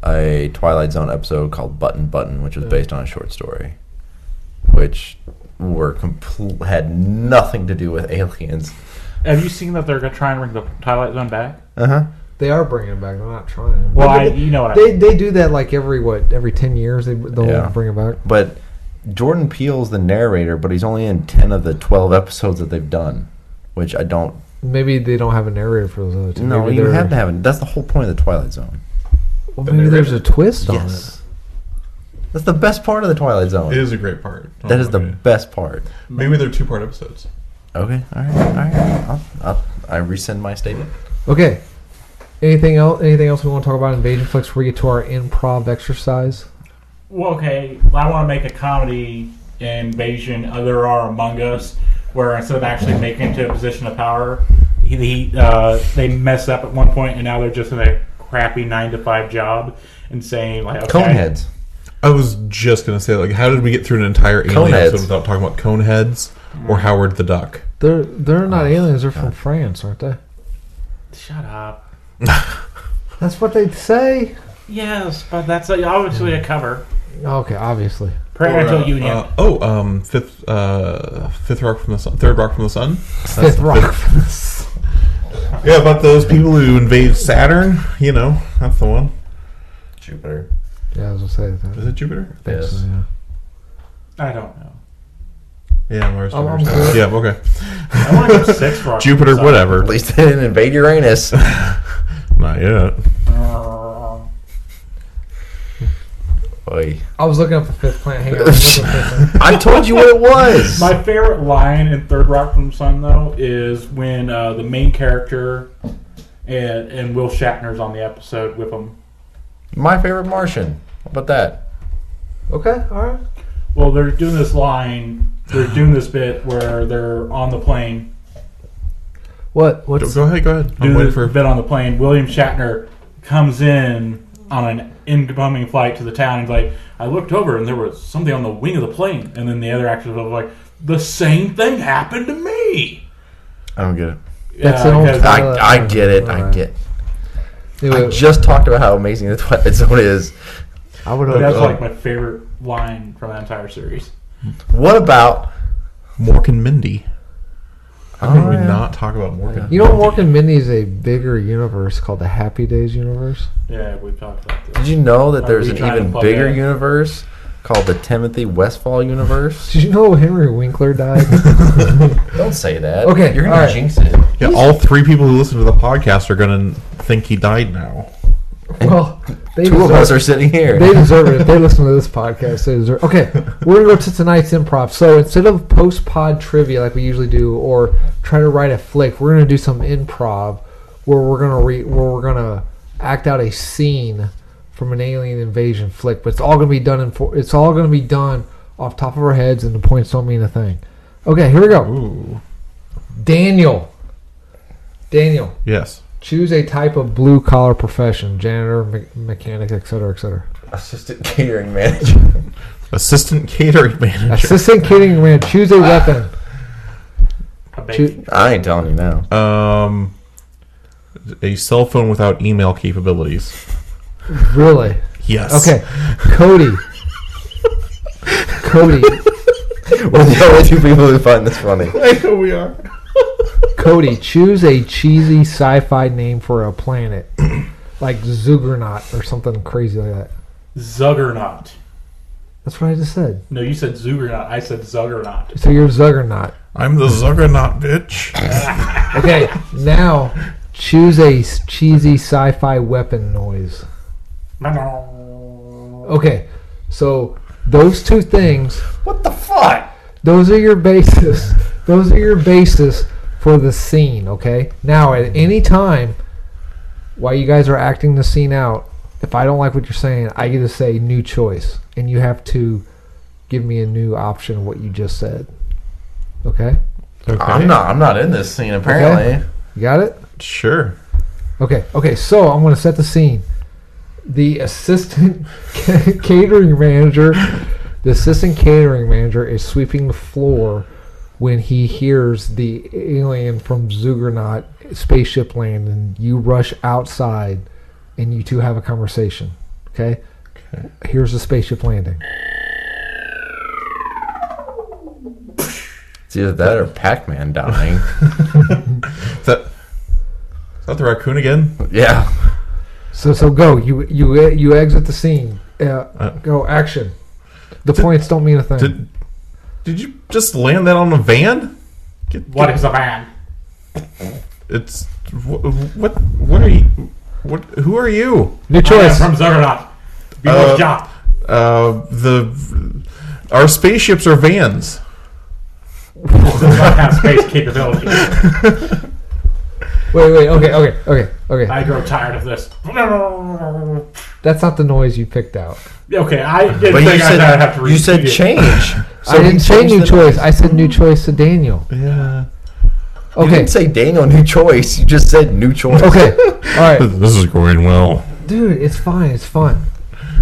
Speaker 2: a Twilight Zone episode called Button Button, which was based on a short story, which were complete had nothing to do with aliens.
Speaker 4: Have you seen that they're gonna try and bring the Twilight Zone back?
Speaker 2: Uh huh.
Speaker 1: they are bringing it back. They're not trying.
Speaker 4: Well, I,
Speaker 1: But
Speaker 4: you know what I
Speaker 1: they,
Speaker 4: mean.
Speaker 1: they do that like every what every ten years they they'll
Speaker 2: Yeah.
Speaker 1: bring it back.
Speaker 2: But Jordan Peele's the narrator, but he's only in ten of the twelve episodes that they've done, which I don't.
Speaker 1: Maybe they don't have a narrator for those other two.
Speaker 2: No,
Speaker 1: maybe
Speaker 2: you
Speaker 1: they're-
Speaker 2: have to have it. That's the whole point of the Twilight Zone.
Speaker 1: Well, maybe there's a twist on it.
Speaker 2: Yes. That's the best part of the Twilight Zone.
Speaker 3: it is a great part
Speaker 2: that is the
Speaker 3: Okay.
Speaker 2: best part.
Speaker 3: maybe they're two part episodes
Speaker 2: Okay. All right. All right. I'll, I'll, I rescind my statement.
Speaker 1: Okay. Anything else? Anything else we want to talk about in Invasion Flicks? Before we get to our improv exercise.
Speaker 4: Well, okay, I want to make a comedy invasion. uh, There are among us where instead of actually making it to a position of power, he, he uh, they mess up at one point, and now they're just in a crappy nine to five job and saying like, okay,
Speaker 2: Coneheads.
Speaker 3: I was just gonna say, like, how did we get through an entire alien
Speaker 2: Coneheads.
Speaker 3: episode without talking about Coneheads or Howard the Duck?
Speaker 1: They're they're not aliens. They're from France, aren't they?
Speaker 4: shut up.
Speaker 1: That's what they say.
Speaker 4: Yes, but that's a, obviously a cover.
Speaker 1: Okay, obviously.
Speaker 4: Parental
Speaker 3: Or, uh,
Speaker 4: union.
Speaker 3: uh, oh, um, fifth, uh, fifth rock from the sun, third rock from the sun.
Speaker 1: Fifth rock.
Speaker 3: Yeah, about those people who invade Saturn. You know, that's the one.
Speaker 2: Jupiter.
Speaker 1: yeah, I was gonna say
Speaker 3: Is
Speaker 1: that.
Speaker 3: it Jupiter?
Speaker 1: Thanks,
Speaker 2: Yes.
Speaker 1: yeah.
Speaker 4: I don't know.
Speaker 3: Yeah, Mars.
Speaker 1: Oh,
Speaker 3: Jupiter,
Speaker 1: I'm
Speaker 3: Saturn.
Speaker 1: good.
Speaker 3: Yeah, okay.
Speaker 4: I want to go six rock.
Speaker 3: Jupiter,
Speaker 4: Sorry.
Speaker 3: whatever.
Speaker 2: At least they didn't invade Uranus.
Speaker 3: Not yet.
Speaker 4: Uh,
Speaker 2: Oy.
Speaker 1: I was looking up the fifth plant. Hang on. I was looking up the fifth plant.
Speaker 2: I told you what it was.
Speaker 4: My favorite line in Third Rock from the Sun, though, is when uh, the main character and, and Will Shatner's on the episode with him.
Speaker 2: My favorite Martian. How about that?
Speaker 1: Okay, all right.
Speaker 4: Well, they're doing this line, they're doing this bit where they're on the plane,
Speaker 1: What?
Speaker 3: Go
Speaker 1: What's
Speaker 3: go ahead, go ahead. I'm
Speaker 4: doing
Speaker 3: waiting
Speaker 4: this
Speaker 3: for.
Speaker 4: bit on the plane. William Shatner comes in on an incoming flight to the town. He's like, I looked over and there was something on the wing of the plane. And then the other actors were like, the same thing happened to me.
Speaker 2: I don't get it.
Speaker 1: That's
Speaker 4: Yeah,
Speaker 1: an old
Speaker 4: because-
Speaker 1: time.
Speaker 2: I, I get it. I get. I
Speaker 1: Anyway,
Speaker 2: just talked about how amazing the Twilight Zone is.
Speaker 1: I would
Speaker 4: But
Speaker 1: have.
Speaker 4: that's
Speaker 3: God.
Speaker 4: like my favorite line from that entire series.
Speaker 2: What about?
Speaker 3: Mork and Mindy. How can
Speaker 2: Oh,
Speaker 3: we
Speaker 2: yeah.
Speaker 3: not talk about Mork and
Speaker 1: You know, Mork and Mindy is a bigger universe called the Happy Days universe.
Speaker 4: Yeah, we've talked about this.
Speaker 2: Did you know that
Speaker 4: Are
Speaker 2: there's
Speaker 4: we
Speaker 2: an
Speaker 4: trying to
Speaker 2: even
Speaker 4: plug
Speaker 2: bigger
Speaker 4: in?
Speaker 2: universe called the Timothy Westfall universe?
Speaker 1: Did you know Henry Winkler died?
Speaker 2: Don't say that.
Speaker 1: Okay,
Speaker 2: you're gonna
Speaker 1: alright.
Speaker 2: jinx it.
Speaker 3: Yeah, all three people who listen to the podcast are going to think he died now.
Speaker 1: well, they
Speaker 2: Two of
Speaker 1: deserve-
Speaker 2: us are sitting here.
Speaker 1: They deserve it. If they listen to this podcast, they deserve. Okay, we're gonna go to tonight's improv. So instead of post pod trivia like we usually do, or try to write a flick, we're gonna do some improv where we're gonna re- where we're gonna act out a scene from an alien invasion flick. But it's all gonna be done in for- it's all gonna be done off top of our heads, and the points don't mean a thing. Okay, here we go.
Speaker 3: Ooh.
Speaker 1: Daniel, Daniel,
Speaker 3: Yes.
Speaker 1: choose a type of blue collar profession: janitor, me- mechanic, etc., etc.
Speaker 2: Assistant catering manager.
Speaker 3: Assistant catering manager.
Speaker 1: Assistant kidding man, choose a weapon.
Speaker 4: A
Speaker 1: Choo-
Speaker 4: baby.
Speaker 2: I ain't telling you now.
Speaker 3: um, a cell phone without email capabilities.
Speaker 1: Really?
Speaker 3: Yes.
Speaker 1: Okay. Cody. Cody.
Speaker 2: We're the only two people who find this funny.
Speaker 3: I know we are.
Speaker 1: Cody, choose a cheesy sci fi name for a planet. Like Zugernaut or something crazy like that.
Speaker 4: Zuggernaut.
Speaker 1: That's what I just said.
Speaker 4: No, you said Zuggernaut. I said Zuggernaut.
Speaker 1: So you're Zuggernaut.
Speaker 3: I'm the Zuggernaut bitch.
Speaker 1: Okay, now choose a s- cheesy sci fi weapon noise. Okay, so those two things
Speaker 2: What the fuck?
Speaker 1: Those are your bases. Those are your bases for the scene, okay? Now, at any time while you guys are acting the scene out, if I don't like what you're saying, I get to say new choice. And you have to give me a new option of what you just said. Okay?
Speaker 3: Okay.
Speaker 2: I'm not. I'm not in this scene. Apparently,
Speaker 1: You got it?
Speaker 3: Sure.
Speaker 1: Okay, okay, so I'm going to set the scene. The assistant ca- catering manager, the assistant catering manager is sweeping the floor when he hears the alien from Zugernaut spaceship land, and you rush outside, and you two have a conversation. Okay, here's the spaceship landing.
Speaker 2: it's either that or Pac-Man dying.
Speaker 3: Is that, is that the raccoon again?
Speaker 2: yeah.
Speaker 1: So, so go. You you you exit the scene. Uh, go action. The points don't mean a thing.
Speaker 3: Did Did you just land that on a van? Get,
Speaker 4: What is a man?
Speaker 3: It's what? What, what are you? What? Who are you?
Speaker 1: New
Speaker 4: I am
Speaker 1: choice.
Speaker 4: from Zuggernaut. Be
Speaker 3: Uh,
Speaker 4: uh, job.
Speaker 3: Uh, the our spaceships are vans.
Speaker 4: Zuggernaut has space capability.
Speaker 1: Wait, wait. Okay, okay, okay, okay.
Speaker 4: I grow tired of this.
Speaker 1: That's not the noise you picked out.
Speaker 4: Okay, I didn't
Speaker 2: But you
Speaker 4: think I
Speaker 2: said
Speaker 4: would have to
Speaker 2: you said
Speaker 4: repeat it.
Speaker 2: change.
Speaker 1: I
Speaker 2: he
Speaker 1: didn't say
Speaker 2: changed
Speaker 1: new
Speaker 2: the
Speaker 1: choice.
Speaker 2: noise.
Speaker 1: I said new choice to Daniel.
Speaker 3: Yeah.
Speaker 2: You
Speaker 1: Okay.
Speaker 2: didn't say Daniel new choice. You just said new choice.
Speaker 1: Okay. All right.
Speaker 3: This is going well.
Speaker 1: Dude, it's fine. It's fine.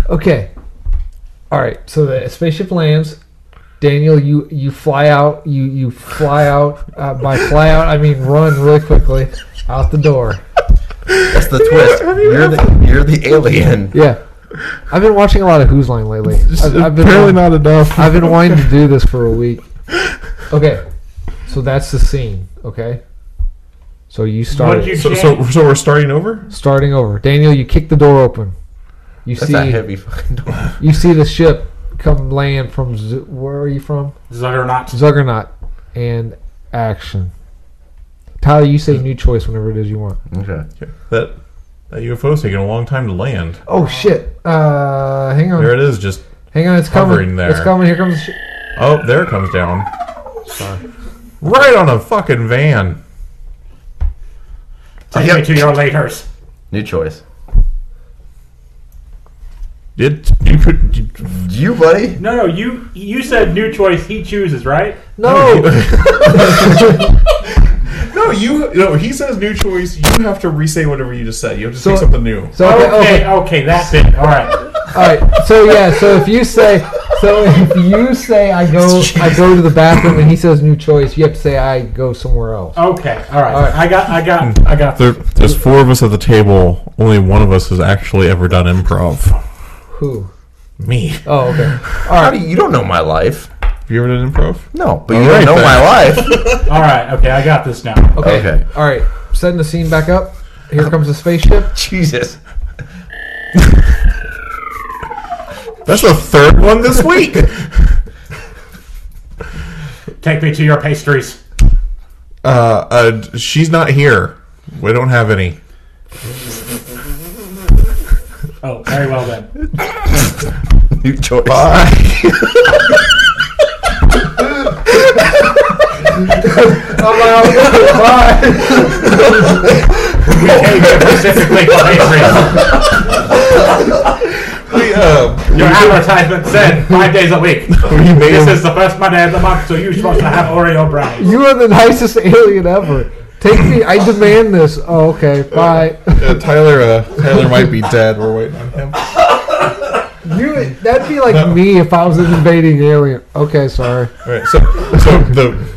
Speaker 1: Okay. All right. So the spaceship lands. Daniel, you you fly out. You you fly out. Uh, by fly out, I mean run really quickly out the door.
Speaker 2: That's the twist. You're the you're the alien.
Speaker 1: Yeah. I've been watching a lot of Who's Line lately. I've, I've been
Speaker 3: Apparently
Speaker 1: wa-
Speaker 3: not enough.
Speaker 1: I've been wanting to do this for a week. Okay. So that's the scene. Okay. So you
Speaker 4: What
Speaker 1: start.
Speaker 4: did you
Speaker 3: So,
Speaker 4: change?
Speaker 3: so, so we're starting over?
Speaker 1: starting over. Daniel, you kick the door open. You
Speaker 2: That's
Speaker 1: see,
Speaker 2: a heavy fucking door.
Speaker 1: you see the ship come land from. Z- where are you from?
Speaker 4: Juggernaut.
Speaker 1: Juggernaut and action. Tyler, you say new choice whenever it is you want.
Speaker 2: Okay.
Speaker 3: That that UFO's taking a long time to land.
Speaker 1: Oh shit! Uh, hang on,
Speaker 3: There it is, just
Speaker 1: hang on, it's coming.
Speaker 3: hovering there.
Speaker 1: It's coming. Here comes. The shi
Speaker 3: oh, there it comes down. Right on a fucking van.
Speaker 4: Take me to your laters.
Speaker 2: New choice.
Speaker 3: It you could you-
Speaker 2: You buddy.
Speaker 4: No, no, you you said new choice. He chooses, right?
Speaker 1: no,
Speaker 3: No, you no, he says new choice, you have to re say whatever you just said. You have to
Speaker 1: So-
Speaker 3: say something new.
Speaker 1: so okay,
Speaker 4: Okay,
Speaker 1: okay,
Speaker 4: okay, that's it. All right.
Speaker 1: all right. So yeah, so if you say, so if you say I go, I go to the bathroom, and he says new choice, you have to say I go somewhere else.
Speaker 4: Okay, all right.
Speaker 1: All right.
Speaker 4: I got, I got, I got.
Speaker 3: There, there's four of us at the table. Only one of us has actually ever done improv.
Speaker 1: Who?
Speaker 3: Me.
Speaker 1: Oh, okay.
Speaker 2: How do you, you don't know my life?
Speaker 3: Have you ever done improv?
Speaker 2: No, but
Speaker 3: All
Speaker 2: you
Speaker 3: right,
Speaker 2: don't know
Speaker 3: then.
Speaker 2: my life.
Speaker 4: All right, okay, I got this now.
Speaker 1: Okay.
Speaker 2: Okay.
Speaker 1: All right. Setting the scene back up. Here comes the spaceship.
Speaker 2: Jesus.
Speaker 3: That's the third one this week.
Speaker 4: Take me to your pastries.
Speaker 3: uh, uh, d- she's not here. We don't have any.
Speaker 4: Oh, very well then.
Speaker 2: New choice.
Speaker 1: Oh,
Speaker 4: Take me specifically to pastries.
Speaker 3: we, um,
Speaker 4: Your advertisement said five days a week.
Speaker 3: we made
Speaker 4: This
Speaker 3: him-
Speaker 4: is the first Monday of the month, so you're supposed to have Oreo brownies.
Speaker 1: You are the nicest alien ever. Take me. I demand this. Oh, okay. Bye.
Speaker 3: uh, Tyler. Uh, Tyler might be dead. We're waiting on him.
Speaker 1: You. That'd be like me if I was an invading alien. Okay. Sorry.
Speaker 3: All right. So, so the,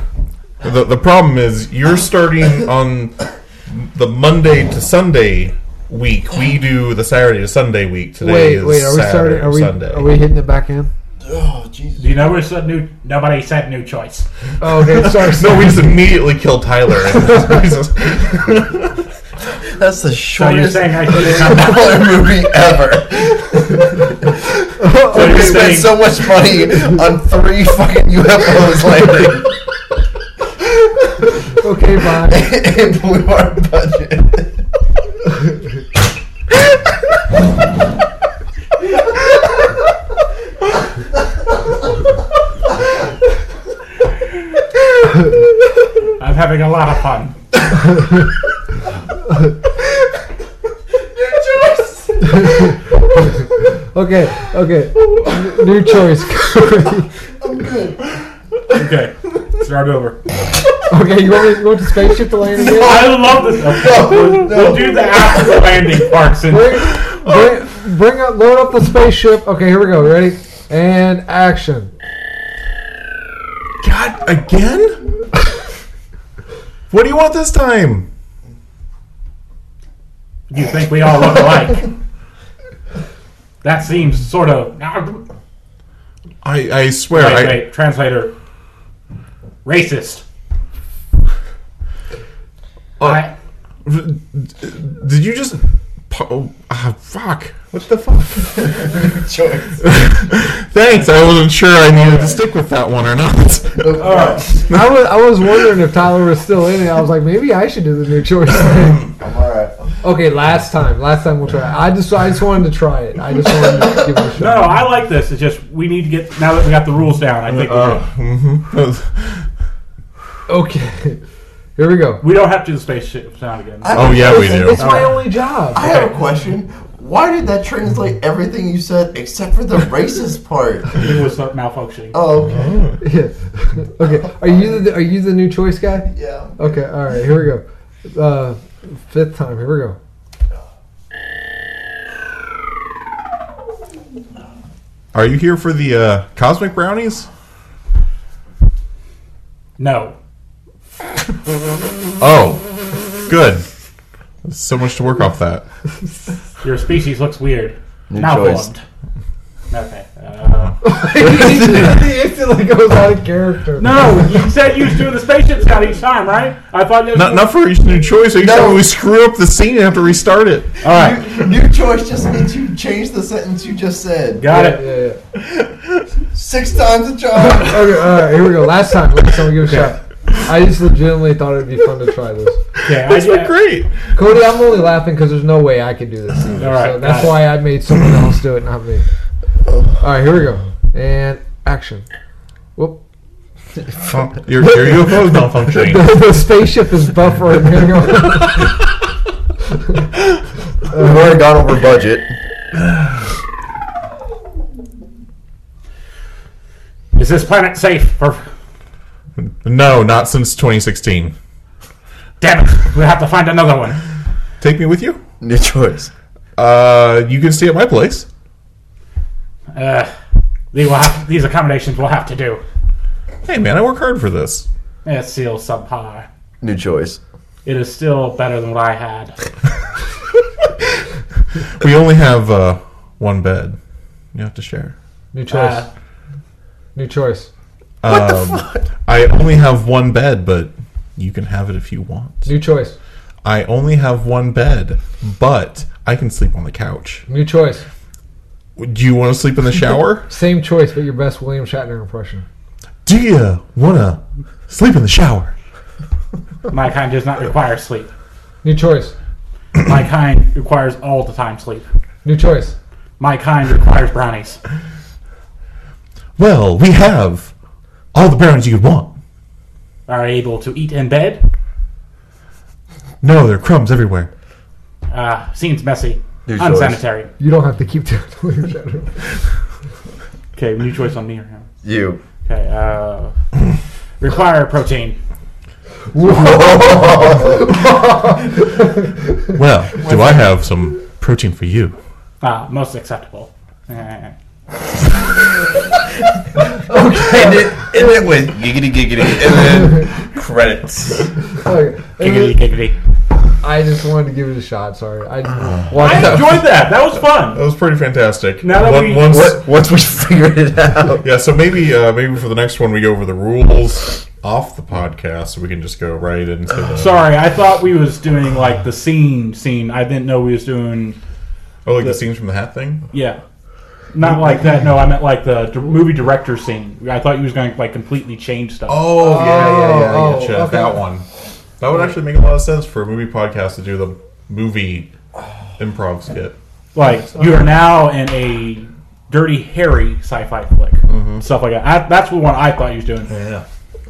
Speaker 3: the the problem is you're starting on the Monday to Sunday week. We do the Saturday to Sunday week. Today
Speaker 1: Wait.
Speaker 3: is
Speaker 1: Wait. Are we
Speaker 3: Saturday
Speaker 1: starting? Are we?
Speaker 3: Sunday.
Speaker 1: Are we hitting it back in?
Speaker 4: Do you know who said new? Nobody said new choice.
Speaker 1: Oh, okay. Sorry.
Speaker 3: no,
Speaker 1: sorry.
Speaker 3: we just immediately kill Tyler.
Speaker 2: That's the
Speaker 4: So you're
Speaker 2: shortest
Speaker 4: saying I should have
Speaker 2: dollar movie ever.
Speaker 4: So you're
Speaker 2: We spent
Speaker 4: saying,
Speaker 2: so much money on three fucking UFOs landing
Speaker 1: okay. Bye.
Speaker 2: and blew our budget.
Speaker 4: I'm having a lot of fun.
Speaker 1: Okay. Okay. N- New choice.
Speaker 4: Okay, start over. Oh,
Speaker 1: okay. You want me to go to spaceship to land again?
Speaker 4: I love this. Okay, we'll, we'll do the after the landing part since
Speaker 1: Bring, bring, bring up. Load up the spaceship. Okay. Here we go. Ready? And action.
Speaker 3: God, again? what do you want this time?
Speaker 4: you think we all look alike. That seems sort of.
Speaker 3: I, I swear,
Speaker 4: Wait,
Speaker 3: I,
Speaker 4: wait, translator. Racist. I,
Speaker 3: did you just? po- Ah, fuck! What the fuck? Thanks. I wasn't sure I needed to stick with that one or not.
Speaker 4: all right.
Speaker 1: I was, I was wondering if Tyler was still in it. I was like, maybe I should do the new choice thing.
Speaker 2: I'm alright.
Speaker 1: Okay, last time. Last time we'll try. I just I just wanted to try it. I just wanted to give it a
Speaker 4: No,
Speaker 1: shot.
Speaker 4: no, I like this. It's just we need to get now that we got the rules down. I think we,
Speaker 3: Oh, mhm.
Speaker 1: Okay. Here we go.
Speaker 4: we don't have to do the spaceship sound again.
Speaker 3: Oh, yeah, we do.
Speaker 1: It's my only job.
Speaker 5: I have a question. Why did that translate everything you said except for the racist part?
Speaker 4: It was uh, malfunctioning.
Speaker 5: Oh, okay.
Speaker 1: Yeah. okay. Are you the are you the new choice guy?
Speaker 5: Yeah.
Speaker 1: Okay. All right. Here we go. Uh, fifth time. Here we go.
Speaker 3: Are you here for the uh, cosmic brownies?
Speaker 4: No.
Speaker 3: Oh, good. So much to work off that.
Speaker 4: Your species looks weird.
Speaker 2: New choice.
Speaker 4: Malformed. Okay. Uh,
Speaker 1: he instantly goes out of character.
Speaker 4: no, you said you was doing the spaceship sound each time, right? I thought you was
Speaker 3: Not, not for each new choice. Each time we screw up the scene and have to restart it.
Speaker 4: All right.
Speaker 5: New choice just means you changed the sentence you just said.
Speaker 4: Got
Speaker 1: Yeah,
Speaker 4: it.
Speaker 1: yeah, yeah.
Speaker 5: Six times a charm.
Speaker 1: Okay. All right. Here we go. Last time. Last time. We give it a shot. I just legitimately thought it'd be fun to try this.
Speaker 4: Okay, I,
Speaker 3: That's
Speaker 4: I,
Speaker 3: been great.
Speaker 1: Cody, I'm only laughing because there's no way I could do this. Either.
Speaker 4: All right,
Speaker 1: so that's
Speaker 4: got it.
Speaker 1: why I made someone else do it, not me. All right, here we go. And action. Whoop.
Speaker 3: Your, your UFO is malfunctioning.
Speaker 1: the spaceship is buffering. Hang on.
Speaker 2: We've already gone over budget.
Speaker 4: Is this planet safe? For
Speaker 3: No, not since 2016.
Speaker 4: damn it, we have to find another one.
Speaker 3: Take me with you.
Speaker 2: New choice.
Speaker 3: Uh, you can stay at my place.
Speaker 4: Uh, they will have, these accommodations will have to do.
Speaker 3: Hey, man, I work hard for this.
Speaker 4: It's still subpar.
Speaker 2: New choice.
Speaker 4: It is still better than what I had.
Speaker 3: We only have uh, one bed. You have to share.
Speaker 1: New choice.
Speaker 4: Uh,
Speaker 1: New choice.
Speaker 3: What the fuck? I only have one bed, but you can have it if you want.
Speaker 1: New choice.
Speaker 3: I only have one bed, but I can sleep on the couch.
Speaker 1: New choice.
Speaker 3: Do you want to sleep in the shower?
Speaker 1: Same choice, but your best William Shatner impression.
Speaker 3: Do you wanna sleep in the shower?
Speaker 4: my kind does not require sleep.
Speaker 1: New choice.
Speaker 4: My kind requires all the time sleep.
Speaker 1: New choice.
Speaker 4: My kind requires brownies.
Speaker 3: Well, we have all the brownies you could want.
Speaker 4: Are able to eat in bed.
Speaker 3: No, there are crumbs everywhere.
Speaker 4: Uh, seems messy.
Speaker 2: New choice.
Speaker 4: Unsanitary.
Speaker 1: You don't have to keep doing William Shatner.
Speaker 4: Okay, new choice on me or him.
Speaker 2: You.
Speaker 4: Okay, uh, require protein.
Speaker 3: Well, do I have some protein for you?
Speaker 4: Uh, most acceptable. Eh.
Speaker 2: End it, end it with giggity giggity and then credits.
Speaker 1: Okay.
Speaker 4: Giggity, giggity.
Speaker 1: I just wanted to give it a shot. Sorry. I,
Speaker 3: Uh,
Speaker 4: I
Speaker 1: watched that.
Speaker 4: enjoyed that. That was fun.
Speaker 3: That was pretty fantastic.
Speaker 4: Now that
Speaker 3: One-
Speaker 4: we-
Speaker 3: once-
Speaker 2: What, once we figured it out.
Speaker 3: yeah, so maybe uh, maybe for the next one we go over the rules off the podcast, so we can just go right into. The,
Speaker 4: Sorry, I thought we was doing like the scene scene. I didn't know we was doing
Speaker 3: oh, like the scenes from the hat thing.
Speaker 4: yeah. Not like that. No, I meant like the d- movie director scene. I thought you was going to like completely change stuff.
Speaker 3: Oh, yeah, yeah, yeah,
Speaker 1: Oh,
Speaker 3: gotcha.
Speaker 1: okay.
Speaker 3: That one. That would actually make a lot of sense for a movie podcast to do the movie improv skit.
Speaker 4: Like you are now in a dirty Harry sci-fi flick, stuff like that. I, that's what one I thought you was doing.
Speaker 3: Yeah.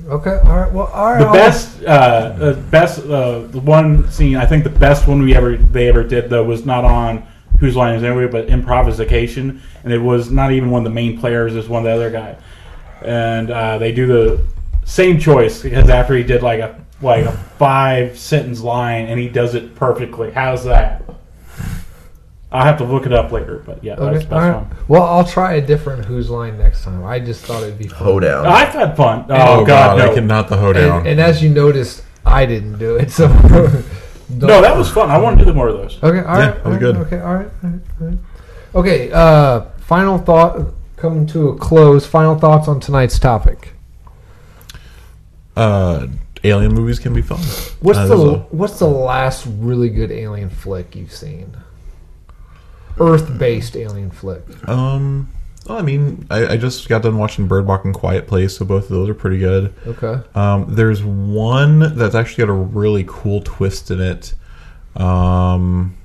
Speaker 1: Okay. All right. Well, all right.
Speaker 4: The
Speaker 1: I'll-
Speaker 4: best, uh, the best, uh, the one scene. I think the best one we ever they ever did though was not on Whose Line Is It Anyway, but Improvisation, and it was not even one of the main players. It was one of the other guy, and uh, they do the same choice because after he did like a like a five sentence line, and he does it perfectly. How's that? I'll have to look it up later, but yeah, that's
Speaker 1: Okay.
Speaker 4: the
Speaker 1: All
Speaker 4: best
Speaker 1: right.
Speaker 4: one.
Speaker 1: Well, I'll try a different Who's Line next time. I just thought it'd be fun.
Speaker 2: Hoedown.
Speaker 4: I've had fun. Oh,
Speaker 3: Oh,
Speaker 4: God,
Speaker 3: god,
Speaker 4: no.
Speaker 3: I cannot the
Speaker 1: And,
Speaker 3: hoedown.
Speaker 1: and as you noticed, I didn't do it. So
Speaker 4: no, that was fun. I want to do more of those.
Speaker 1: okay. All right.
Speaker 3: Yeah, that was
Speaker 1: all right,
Speaker 3: good.
Speaker 1: Okay. All right. All right. All right. Okay. Uh, final thought coming to a close. Final thoughts on tonight's topic.
Speaker 3: uh, alien movies can be fun.
Speaker 1: What's
Speaker 3: Uh,
Speaker 1: the
Speaker 3: there's a-
Speaker 1: What's the last really good alien flick you've seen? Earth based alien flick.
Speaker 3: Um, well, I mean, I, I just got done watching Bird Walk and Quiet Place, so both of those are pretty good.
Speaker 1: Okay.
Speaker 3: Um, there's one that's actually got a really cool twist in it. Um,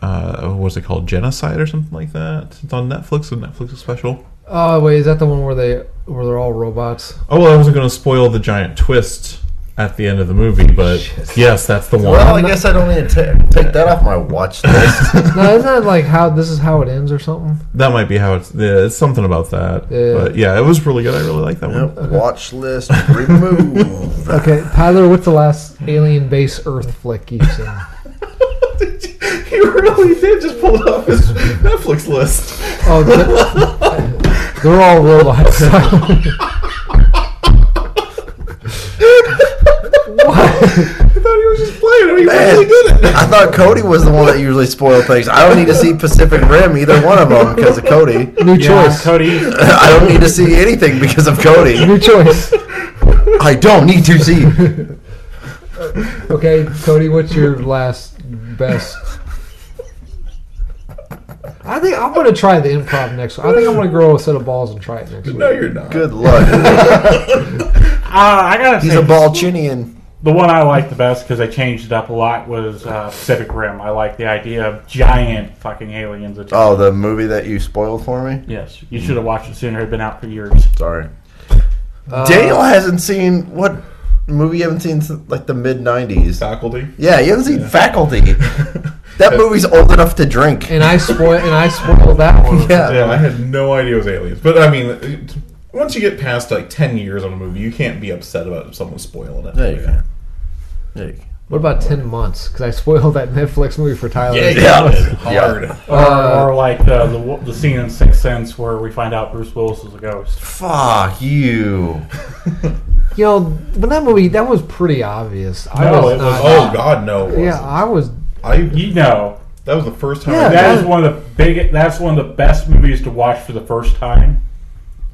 Speaker 3: uh, what's it called? Genocide or something like that. It's on Netflix. A Netflix special.
Speaker 1: Uh, Oh wait, is that the one where they where they're all robots?
Speaker 3: Oh well, I wasn't going to spoil the giant twist at the end of the movie, but yes, that's the one.
Speaker 2: Well, I guess I don't need to ta- take that off my watch list.
Speaker 1: No, isn't that like how this is how it ends or something?
Speaker 3: that might be how it's. Yeah, it's something about that.
Speaker 1: Yeah.
Speaker 3: But yeah, it was really good. I really like that one.
Speaker 2: Yep, Watch list removed.
Speaker 1: Okay, Tyler, what's the last alien base Earth flick you've seen?
Speaker 3: He really did just pull it off his Netflix list.
Speaker 1: Oh, th- they're all real life. what?
Speaker 3: I thought he was just playing. it. He
Speaker 2: Man,
Speaker 3: really did it.
Speaker 2: I thought Cody was the one that usually spoiled things. I don't need to see Pacific Rim either one of them because of Cody.
Speaker 1: New
Speaker 4: Yeah,
Speaker 1: choice.
Speaker 4: Cody.
Speaker 2: I don't need to see anything because of Cody.
Speaker 1: New choice.
Speaker 2: I don't need to see.
Speaker 1: Okay, Cody, what's your last best? I think I'm gonna try the improv next. week. I think I'm gonna grow a set of balls and try it next
Speaker 3: No,
Speaker 1: week.
Speaker 3: you're not.
Speaker 2: Good luck.
Speaker 4: Uh, I gotta
Speaker 2: He's
Speaker 4: say,
Speaker 2: a Balchinian.
Speaker 4: the one I liked the best because I changed it up a lot was uh, Pacific Rim. I like the idea of giant fucking aliens. Attacking.
Speaker 2: Oh, the movie that you spoiled for me?
Speaker 4: Yes, you should have watched it sooner. It had been out for years.
Speaker 2: Sorry.
Speaker 1: Uh,
Speaker 2: Daniel
Speaker 1: Um,
Speaker 2: hasn't seen what movie you haven't seen since like the mid 90s.
Speaker 3: Faculty.
Speaker 2: Yeah, you haven't seen Faculty. That movie's old enough to drink.
Speaker 1: And I spoil and I spoiled that one.
Speaker 2: Yeah.
Speaker 3: Yeah, I had no idea it was aliens. But I mean, it- once you get past like ten years on a movie, you can't be upset about someone spoiling it.
Speaker 2: There you go. There you go.
Speaker 1: What about ten months? Because I spoiled that Netflix movie for Tyler.
Speaker 3: Yeah,
Speaker 2: Yeah.
Speaker 3: yeah, it's hard.
Speaker 4: Or,
Speaker 1: Uh,
Speaker 4: or like the, the the scene in Sixth Sense where we find out Bruce Willis is a ghost.
Speaker 2: Fuck you.
Speaker 1: you know, but that movie that was pretty obvious. I
Speaker 4: No,
Speaker 1: was
Speaker 4: it was-
Speaker 1: not-
Speaker 3: Oh God, no! it
Speaker 1: yeah,
Speaker 3: wasn't.
Speaker 1: I was.
Speaker 3: I
Speaker 4: You know,
Speaker 3: that was the first time.
Speaker 1: Yeah,
Speaker 3: I
Speaker 4: that is one of the big. That's one of the best movies to watch for the first time.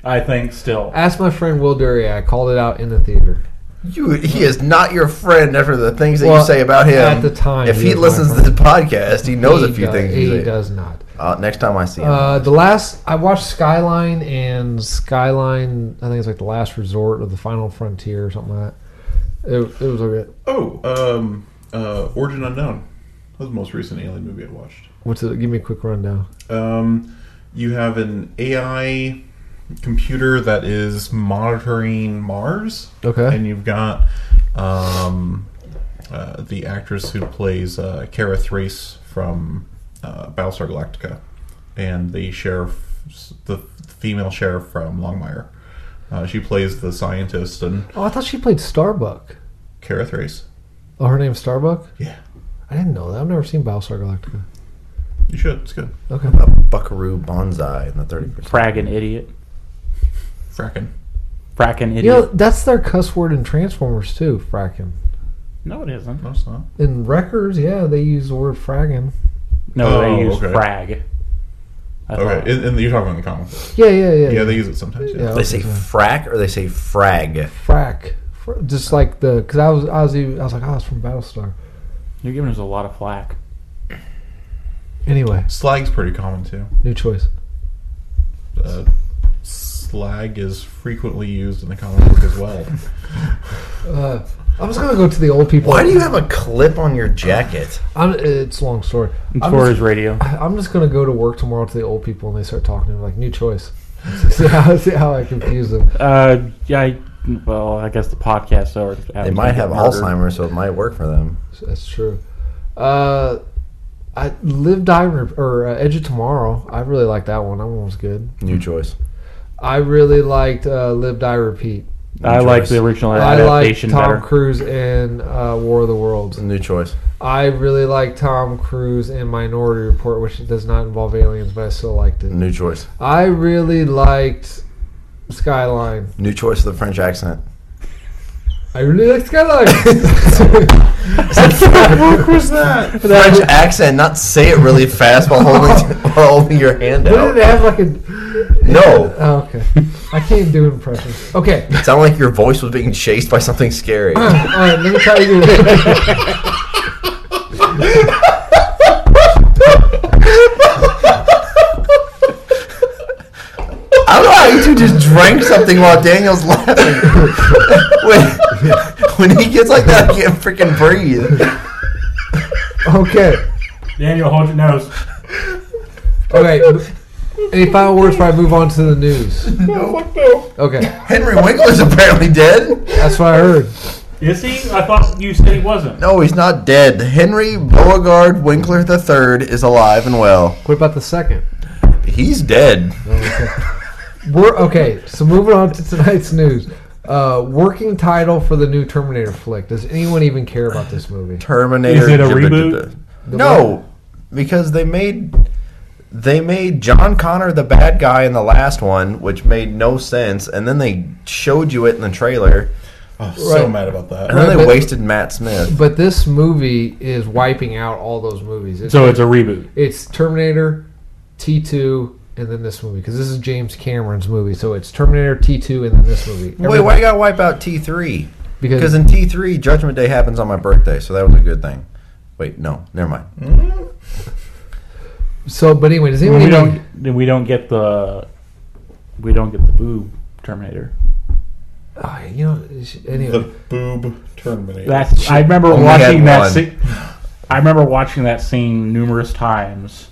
Speaker 4: I think still.
Speaker 1: Ask my friend Will Dury. I called it out in the theater.
Speaker 2: You, he is not your friend after the things that
Speaker 1: Well,
Speaker 2: you say about him.
Speaker 1: at the time,
Speaker 2: if
Speaker 1: he
Speaker 2: he
Speaker 1: was my
Speaker 2: listens to the podcast, he knows
Speaker 1: He
Speaker 2: a few
Speaker 1: does-
Speaker 2: things.
Speaker 1: He
Speaker 2: you say.
Speaker 1: does not.
Speaker 2: Uh, next time I see him,
Speaker 1: Uh, the last I watched Skyline and Skyline. I think it's like the Last Resort or the Final Frontier or something like that. It, it was a bit.
Speaker 3: Oh, um, uh, Origin Unknown. That was the most recent alien movie I watched.
Speaker 1: What's it? Give me a quick rundown.
Speaker 3: Um, you have an AI computer that is monitoring Mars.
Speaker 1: Okay.
Speaker 3: And you've got um, uh, the actress who plays uh, Kara Thrace from uh, Battlestar Galactica, and the sheriff, the female sheriff from Longmire. Uh, she plays the scientist and
Speaker 1: Oh, I thought she played Starbuck.
Speaker 3: Kara Thrace.
Speaker 1: Oh, her name's Starbuck.
Speaker 3: Yeah,
Speaker 1: I didn't know that. I've never seen Battlestar Galactica.
Speaker 3: you should. It's good.
Speaker 1: Okay.
Speaker 2: a Buckaroo Banzai in the 31st.
Speaker 4: Frackin' idiot.
Speaker 3: Fracking.
Speaker 4: Frackin' idiot.
Speaker 1: You know that's their cuss word in Transformers too. Fracking.
Speaker 4: no, it isn't.
Speaker 3: No, it's not.
Speaker 1: In records, yeah, they use the word fragging.
Speaker 3: Oh,
Speaker 4: No, they use
Speaker 3: okay.
Speaker 4: frag. I thought.
Speaker 3: Okay, and, and you're talking about the comic book.
Speaker 1: Yeah, yeah, yeah.
Speaker 3: Yeah, they use it sometimes. Yeah.
Speaker 1: Yeah.
Speaker 2: They say frack or they say frag.
Speaker 1: frack. Fr- Just like the, because I was, I was, even, I was like, oh, it's from Battlestar.
Speaker 4: You're giving us a lot of flack.
Speaker 1: Anyway,
Speaker 3: Slag's pretty common too.
Speaker 1: new choice.
Speaker 3: Uh, slag is frequently used in the comic book as well.
Speaker 1: Uh, I was gonna go to the old people.
Speaker 2: Why do you have a clip on your jacket?
Speaker 1: I'm, it's a long story.
Speaker 4: And
Speaker 1: I'm
Speaker 4: Torres Radio.
Speaker 1: I'm just gonna go to work tomorrow to the old people, and they start talking to me like, new choice. see, how, see how I confuse them.
Speaker 4: Uh, yeah, I, well, I guess the podcasts are.
Speaker 2: They might have Alzheimer's, so it might work for them.
Speaker 1: That's true. Uh, I live die Re- or uh, Edge of Tomorrow. I really like that one. That one was good.
Speaker 2: New choice.
Speaker 1: I really liked uh, Live Die Repeat.
Speaker 4: I like the
Speaker 2: Torres.
Speaker 4: original
Speaker 1: I like
Speaker 4: adaptation
Speaker 1: Tom
Speaker 4: better.
Speaker 1: Cruise in uh, War of the Worlds.
Speaker 2: New choice.
Speaker 1: I really like Tom Cruise in Minority Report, which does not involve aliens, but I still liked it.
Speaker 2: New choice.
Speaker 1: I really liked Skyline.
Speaker 2: New choice of the French accent.
Speaker 1: I really liked Skyline.
Speaker 2: What was that? French accent, not say it really fast while holding, while holding your hand
Speaker 1: Didn't it
Speaker 2: out.
Speaker 1: have like a?
Speaker 2: No.
Speaker 1: Oh, okay, I can't do impressions. Okay,
Speaker 2: It sounded like your voice was being chased by something scary.
Speaker 1: all right. Let me try to do it.
Speaker 2: I don't know how you two just drank something while Daniel's laughing. when, when he gets like that, I can't freaking breathe.
Speaker 1: Okay,
Speaker 4: Daniel, hold your nose.
Speaker 1: okay. Any final words before I move on to the news?
Speaker 3: no, fuck no.
Speaker 1: Okay,
Speaker 2: Henry Winkler's apparently dead.
Speaker 1: that's what I heard.
Speaker 4: Is he? I thought you said he wasn't.
Speaker 2: No, he's not dead. Henry Beauregard Winkler III is alive and well.
Speaker 1: What about the second?
Speaker 2: He's dead.
Speaker 1: We're okay. So moving on to tonight's news. Uh, working title for the new Terminator flick. Does anyone even care about this movie?
Speaker 2: Terminator.
Speaker 4: Is it a reboot?
Speaker 2: No, because they made they made John Connor the bad guy in the last one, which made no sense, and then they showed you it in the trailer,
Speaker 3: Oh, so
Speaker 1: Right.
Speaker 3: mad about that.
Speaker 2: and then
Speaker 1: Right,
Speaker 2: they
Speaker 1: but-
Speaker 2: wasted Matt Smith.
Speaker 1: But this movie is wiping out all those movies. It's,
Speaker 4: So it's a reboot.
Speaker 1: it's Terminator, T2, and then this movie because this is James Cameron's movie. So it's Terminator, T2, and then this movie.
Speaker 2: Wait, why you gotta wipe out T three? Because
Speaker 1: Because
Speaker 2: in T three, Judgment Day happens on my birthday, so that was a good thing. Wait, no, never mind.
Speaker 1: so, but anyway, does anyone
Speaker 4: we
Speaker 1: even-
Speaker 4: don't. Then we don't get the. We don't get the boo Terminator.
Speaker 1: Ah, you know, it's- anyway,
Speaker 3: The boob terminator.
Speaker 4: That's. I remember
Speaker 2: Only
Speaker 4: watching
Speaker 2: had
Speaker 4: that.
Speaker 2: one.
Speaker 4: scene. I remember watching that scene numerous times,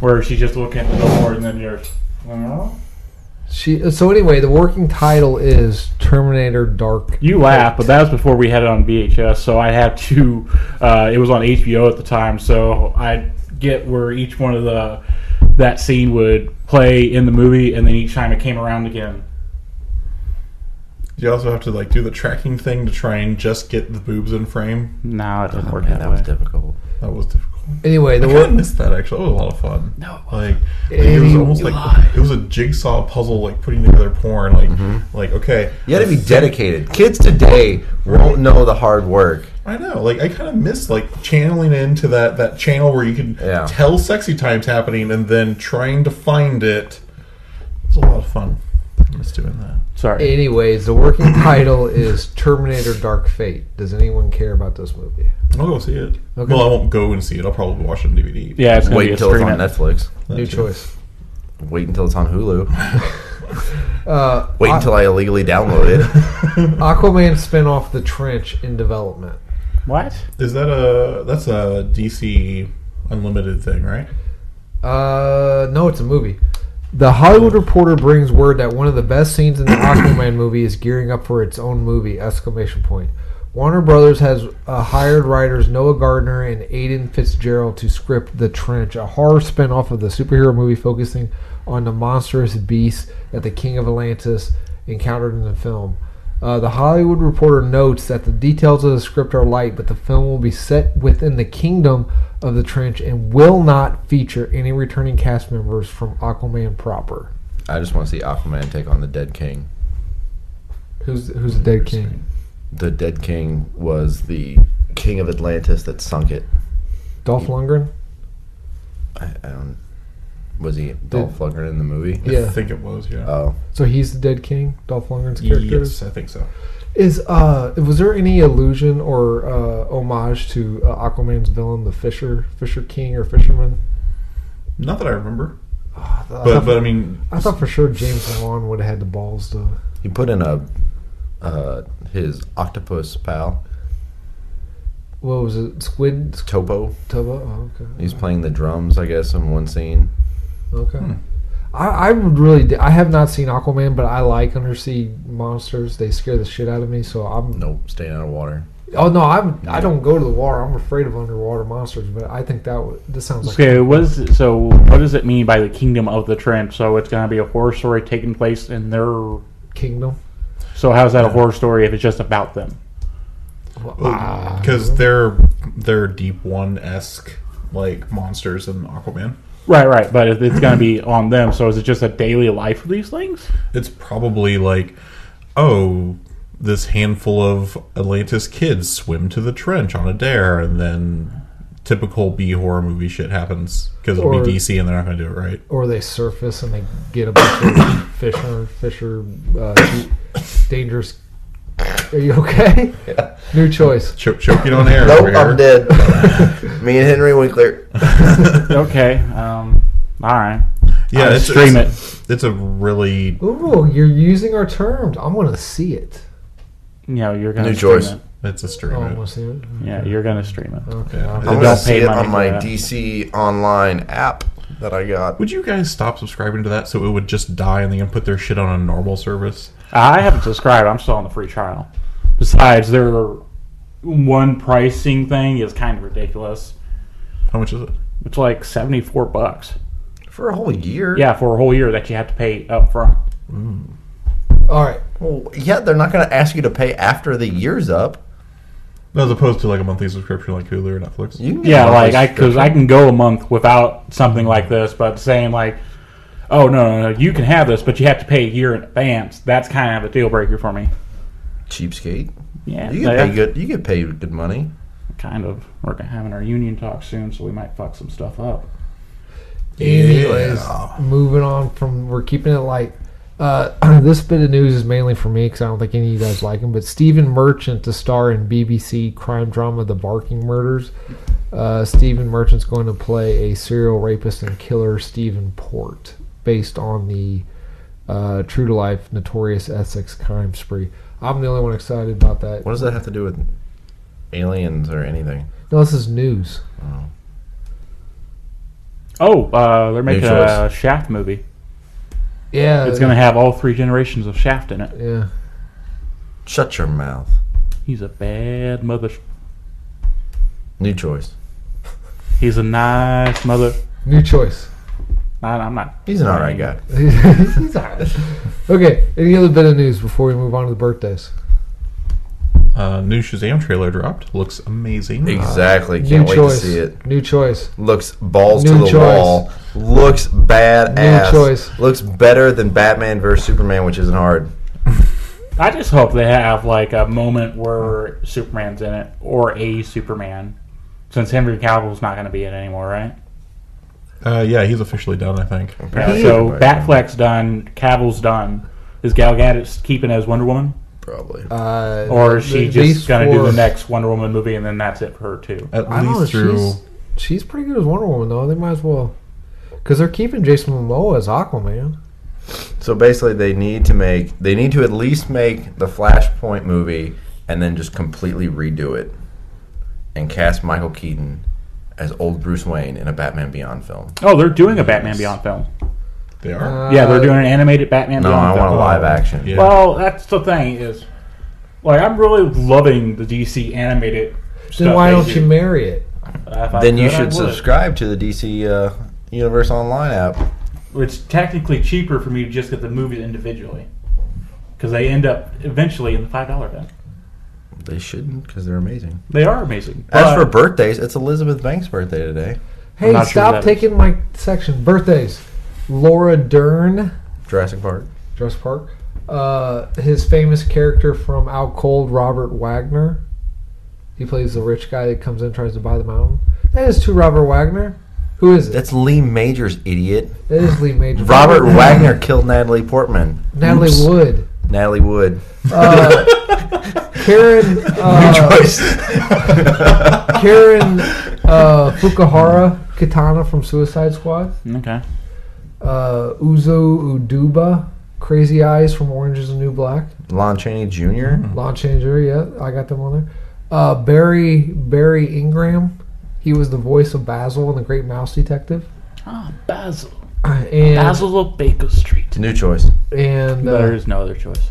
Speaker 4: where she's just looking at the door and then you're.
Speaker 1: she. So anyway, the working title is Terminator Dark.
Speaker 4: You laugh, but that was before we had it on VHS. So I had to. Uh, it was on HBO at the time, so I get where each one of the that scene would play in the movie, and then each time it came around again.
Speaker 3: You also have to like do the tracking thing to try and just get the boobs in frame.
Speaker 4: No, it doesn't
Speaker 2: Oh,
Speaker 4: work
Speaker 2: man,
Speaker 4: that
Speaker 2: that was
Speaker 4: way.
Speaker 2: difficult.
Speaker 3: That was difficult.
Speaker 1: Anyway, the
Speaker 3: I kind of
Speaker 1: work.
Speaker 3: missed that actually. That was a lot of fun.
Speaker 2: No, it
Speaker 3: like it was
Speaker 1: Any-
Speaker 3: almost like it was a jigsaw puzzle, like putting together porn. Like, like okay,
Speaker 2: You got to be dedicated. Kids today won't know the hard work.
Speaker 3: I know. Like I kind of miss like channeling into that that channel where you can
Speaker 2: Yeah.
Speaker 3: tell sexy times happening and then trying to find it. It's a lot of fun. I miss doing that.
Speaker 4: Sorry.
Speaker 1: Anyways, the working title is Terminator Dark Fate. Does anyone care about this movie?
Speaker 3: I'll go see it.
Speaker 1: Okay.
Speaker 3: Well, I won't go and see it. I'll probably watch it on DVD.
Speaker 4: Yeah, it's gonna
Speaker 2: Wait
Speaker 4: be a
Speaker 2: until it's
Speaker 4: stream.
Speaker 2: on Netflix.
Speaker 3: That
Speaker 1: New
Speaker 3: too.
Speaker 1: choice.
Speaker 2: Wait until it's on Hulu.
Speaker 1: Uh,
Speaker 2: Wait until I illegally download it.
Speaker 1: Aquaman spin off The Trench in development.
Speaker 4: What?
Speaker 3: Is that a that's a DC Unlimited thing, right?
Speaker 1: Uh, no, it's a movie. The Hollywood Reporter brings word that one of the best scenes in the Aquaman movie is gearing up for its own movie! Exclamation point. Warner Brothers has uh, hired writers Noah Gardner and Aidan Fitzgerald to script *The Trench*, a horror spin-off of the superhero movie focusing on the monstrous beast that the King of Atlantis encountered in the film. Uh, the Hollywood Reporter notes that the details of the script are light, but the film will be set within the kingdom of the trench and will not feature any returning cast members from Aquaman proper.
Speaker 2: I just want to see Aquaman take on the Dead King.
Speaker 1: Who's who's the dead king?
Speaker 2: The Dead King was the king of Atlantis that sunk it.
Speaker 1: Dolph Lundgren.
Speaker 2: I, I don't. Um, Was he Dolph Lundgren in the movie?
Speaker 3: I
Speaker 1: Yeah. Uh,
Speaker 3: think it was. Yeah.
Speaker 2: Oh,
Speaker 1: So he's the dead king. Dolph Lundgren's character
Speaker 3: yes, I think so.
Speaker 1: is. Uh, was there any allusion or uh, homage to uh, Aquaman's villain, the Fisher Fisher King or Fisherman?
Speaker 3: Not that I remember,
Speaker 1: I thought-
Speaker 3: but but I mean,
Speaker 1: Uh, I thought for sure James Wan would have had the balls to.
Speaker 2: he put in a uh, his octopus pal
Speaker 1: What was it? Squid
Speaker 2: Topo.
Speaker 1: Tuba? Oh, okay.
Speaker 2: He's playing the drums, I guess, in one scene.
Speaker 1: Okay. I, I would really d- I have not seen Aquaman, but I like undersea monsters. They scare the shit out of me. So I'm
Speaker 2: Nope, staying out of water.
Speaker 1: oh no I'm I don't go to the water. I'm afraid of underwater monsters. But I think that would, this sounds like
Speaker 4: Okay, what is it, so what does it mean by the kingdom of the trench? So it's gonna be a horror story taking place in their.
Speaker 1: Kingdom.
Speaker 4: So how's that a horror story if it's just about them?
Speaker 3: because they're they're deep one esque like monsters in Aquaman.
Speaker 4: Right, right. But it- it's gonna be on them. So is it just a daily life of these things?
Speaker 3: It's probably like, oh, this handful of Atlantis kids swim to the trench on a dare, and then typical B horror movie shit happens because it'll
Speaker 1: Or-
Speaker 3: be DC and they're not going to do it right.
Speaker 1: Or they surface and they get a bunch of fisher fisher uh, dangerous. Are you okay? Yeah. New choice.
Speaker 3: Choke, choking on air. over
Speaker 2: Nope,
Speaker 3: here.
Speaker 2: I'm dead. Me and Henry Winkler.
Speaker 4: okay. Um. All right.
Speaker 3: Yeah,
Speaker 4: I'll
Speaker 3: it's,
Speaker 4: stream
Speaker 3: it's, it. It's a really
Speaker 1: Ooh, you're using our terms. I want to see it.
Speaker 4: You know, you're gonna
Speaker 2: New
Speaker 4: stream
Speaker 2: choice.
Speaker 4: It.
Speaker 3: it's a stream.
Speaker 1: Oh, I
Speaker 3: it.
Speaker 1: want to see it.
Speaker 4: Yeah, you're gonna stream it.
Speaker 1: Okay.
Speaker 3: Yeah.
Speaker 1: I'll-
Speaker 2: I'm
Speaker 4: don't
Speaker 2: gonna see
Speaker 4: pay
Speaker 2: it
Speaker 4: money
Speaker 2: on
Speaker 4: for
Speaker 2: my
Speaker 4: that.
Speaker 2: DC Online app that I got.
Speaker 3: Would you guys stop subscribing to that so it would just die and they can put their shit on a normal service?
Speaker 4: I haven't subscribed. I'm still on the free trial. Besides, their one pricing thing is kind of ridiculous.
Speaker 3: How much is it?
Speaker 4: It's like seventy four bucks.
Speaker 2: for a whole year.
Speaker 4: Yeah, for a whole year that you have to pay up front.
Speaker 1: All right.
Speaker 2: Well, yeah, they're not going to ask you to pay after the year's up.
Speaker 3: As opposed to like a monthly subscription like Hulu or Netflix.
Speaker 2: You can get
Speaker 4: Yeah,
Speaker 2: a monthly
Speaker 4: like I because I can go a month without something like this, but saying like, oh no, no, no, you can have this, but you have to pay a year in advance. That's kind of a deal breaker for me.
Speaker 2: subscription. cheapskate.
Speaker 4: Yeah,
Speaker 2: You get
Speaker 4: yeah,
Speaker 2: paid good. You get paid good money.
Speaker 4: kind of. We're having our union talk soon, so we might fuck some stuff up.
Speaker 1: Anyways,
Speaker 3: Yeah.
Speaker 1: moving on from we're keeping it light. Uh, this bit of news is mainly for me because I don't think any of you guys like him. But Stephen Merchant to star in BBC crime drama The Barking Murders. Uh, Stephen Merchant's going to play a serial rapist and killer, Stephen Port, based on the uh, true to life notorious Essex crime spree. I'm the only one excited about that.
Speaker 2: What does that have to do with aliens or anything?
Speaker 1: No, this is news.
Speaker 4: Oh, uh, they're making a
Speaker 2: choice.
Speaker 4: Shaft movie.
Speaker 1: Yeah,
Speaker 4: It's gonna have all three generations of Shaft in it.
Speaker 1: Yeah,
Speaker 2: Shut your mouth.
Speaker 4: He's a bad mother.
Speaker 2: New choice.
Speaker 4: He's a nice mother.
Speaker 1: new choice.
Speaker 4: I, I'm not.
Speaker 2: He's an alright guy.
Speaker 1: He's alright. Okay, any other bit of news before we move on to the birthdays?
Speaker 3: Uh, new Shazam trailer dropped. Looks amazing.
Speaker 2: Exactly. Can't wait
Speaker 1: choice.
Speaker 2: to see it.
Speaker 1: Uh, New choice.
Speaker 2: Looks balls
Speaker 1: New
Speaker 2: to the
Speaker 1: choice.
Speaker 2: wall. Looks badass.
Speaker 1: choice.
Speaker 2: Looks better than Batman versus Superman, which isn't hard.
Speaker 4: I just hope they have like a moment where Superman's in it or a Superman, since Henry Cavill's not gonna be in it anymore, right?
Speaker 3: Uh, yeah, he's officially done. I think.
Speaker 4: Yeah, so Batfleck's done. Cavill's done. Is Gal Gadot keeping as Wonder Woman,
Speaker 2: Probably.
Speaker 1: Uh,
Speaker 4: or is she
Speaker 1: th-
Speaker 4: just
Speaker 1: these
Speaker 4: gonna do
Speaker 1: four-
Speaker 4: the next Wonder Woman movie and then that's it for her too?
Speaker 3: At
Speaker 1: I don't know.
Speaker 3: least through.
Speaker 1: She's, she's pretty good as Wonder Woman though. They might as well, because they're keeping Jason Momoa as Aquaman.
Speaker 2: So basically, they need to make they need to at least make the Flashpoint movie and then just completely redo it and cast Michael Keaton as old Bruce Wayne in a Batman Beyond film.
Speaker 4: Oh, they're doing a Batman Beyond film.
Speaker 3: They
Speaker 1: Uh,
Speaker 3: are.
Speaker 4: yeah, they're doing an animated Batman
Speaker 2: No,
Speaker 4: Beyond
Speaker 2: I
Speaker 4: film.
Speaker 2: want a live action.
Speaker 3: Yeah.
Speaker 4: Well, that's the thing is, like I'm really loving the DC animated.
Speaker 1: Then
Speaker 4: stuff
Speaker 1: why
Speaker 4: they
Speaker 1: don't
Speaker 4: do.
Speaker 1: you marry it?
Speaker 4: Uh, if I
Speaker 2: Then you
Speaker 4: could, I
Speaker 2: should
Speaker 4: would.
Speaker 2: subscribe to the DC uh, Universe Online app.
Speaker 4: It's technically cheaper for me to just get the movies individually because they end up eventually in the five dollar bin.
Speaker 2: They shouldn't because they're amazing.
Speaker 4: They are amazing.
Speaker 2: As
Speaker 4: But
Speaker 2: for birthdays, it's Elizabeth Banks' birthday today.
Speaker 1: Hey,
Speaker 4: not sure
Speaker 1: stop
Speaker 4: that is.
Speaker 1: taking my section. Birthdays: Laura Dern,
Speaker 2: Jurassic Park.
Speaker 1: Dress Park. Uh, his famous character from Out Cold, Robert Wagner. He plays the rich guy that comes in and tries to buy the mountain. That is to Robert Wagner. Who is it?
Speaker 2: That's Lee Majors, idiot.
Speaker 1: That is Lee Major.
Speaker 2: Robert Wagner killed Natalie Portman.
Speaker 1: Natalie
Speaker 2: Oops.
Speaker 1: Wood.
Speaker 2: Natalie Wood.
Speaker 1: Uh, Karen. Uh, Karen uh, Fukuhara Katana from Suicide Squad.
Speaker 4: okay,
Speaker 1: Uh, Uzo Uduba. Crazy Eyes from Orange is the New Black.
Speaker 2: Lon Chaney Jr.
Speaker 1: Lawn Changer, yeah, I got them on there. Uh, Barry Barry Ingram, he was the voice of Basil in The Great Mouse Detective,
Speaker 4: ah, Basil,
Speaker 1: and
Speaker 4: Basil of Baker Street.
Speaker 2: New choice.
Speaker 1: and
Speaker 4: There
Speaker 1: uh,
Speaker 4: is no other choice.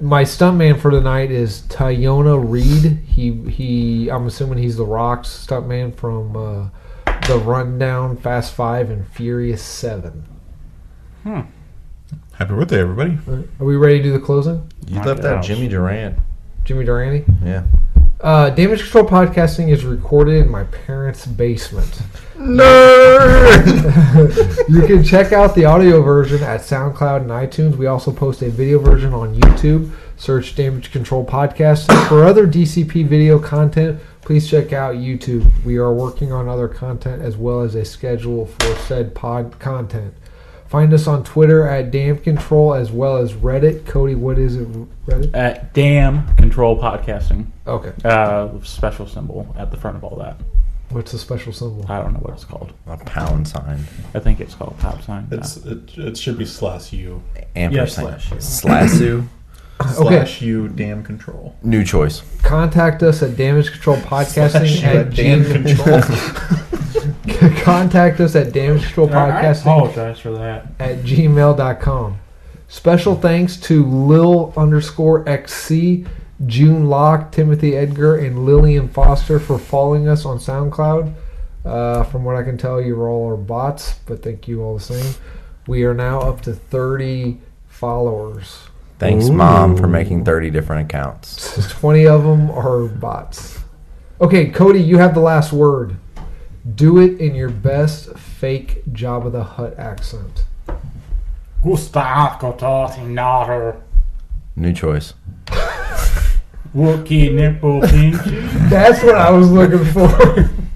Speaker 1: my stuntman for tonight is Tyona Reed. He he, I'm assuming he's The Rock's stuntman from uh, The Rundown, Fast Five, and Furious Seven.
Speaker 3: Happy birthday, everybody.
Speaker 1: Are we ready to do the closing,
Speaker 2: You
Speaker 4: My
Speaker 2: left out
Speaker 4: gosh.
Speaker 2: Jimmy Durant.
Speaker 1: Jimmy Durante?
Speaker 2: Yeah.
Speaker 1: Uh, Damage Control Podcasting is recorded in my parents' basement.
Speaker 2: Nerd.
Speaker 1: you can check out the audio version at SoundCloud and iTunes. We also post a video version on YouTube. Search Damage Control Podcast. For other DCP video content, please check out YouTube. We are working on other content as well as a schedule for said pod content. Find us on Twitter at Damn Control as well as Reddit. Cody, what is it? Reddit?
Speaker 4: At damn control podcasting,
Speaker 1: Okay.
Speaker 4: uh, special symbol at the front of all that.
Speaker 1: What's the special symbol?
Speaker 4: I don't know what it's called.
Speaker 2: A pound sign.
Speaker 4: I think it's called pop sign.
Speaker 3: It's it, it should be slash you
Speaker 2: Ampersand.
Speaker 4: slash you.
Speaker 2: Slassu.
Speaker 3: slash you damn control.
Speaker 2: New choice.
Speaker 1: Contact us at Damage Control Podcasting
Speaker 3: Slash you
Speaker 1: at
Speaker 3: damn
Speaker 1: gmail.
Speaker 3: control.
Speaker 1: Contact us at Damage Control
Speaker 4: I
Speaker 1: Podcasting
Speaker 4: apologize for that.
Speaker 1: at gmail.com. Special thanks to Lil underscore XC June Locke, Timothy Edgar, and Lillian Foster for following us on SoundCloud. Uh, from what I can tell, you all are bots, but thank you all the same. We are now up to 30 followers.
Speaker 2: Thanks, mom, for making thirty different accounts.
Speaker 1: 20 of them are bots. Okay, Cody, you have the last word. Do it in your best fake Jabba the Hutt accent.
Speaker 4: Gustavo Totti Nader.
Speaker 2: New choice.
Speaker 4: Wookie nipple pinches.
Speaker 1: That's what I was looking for.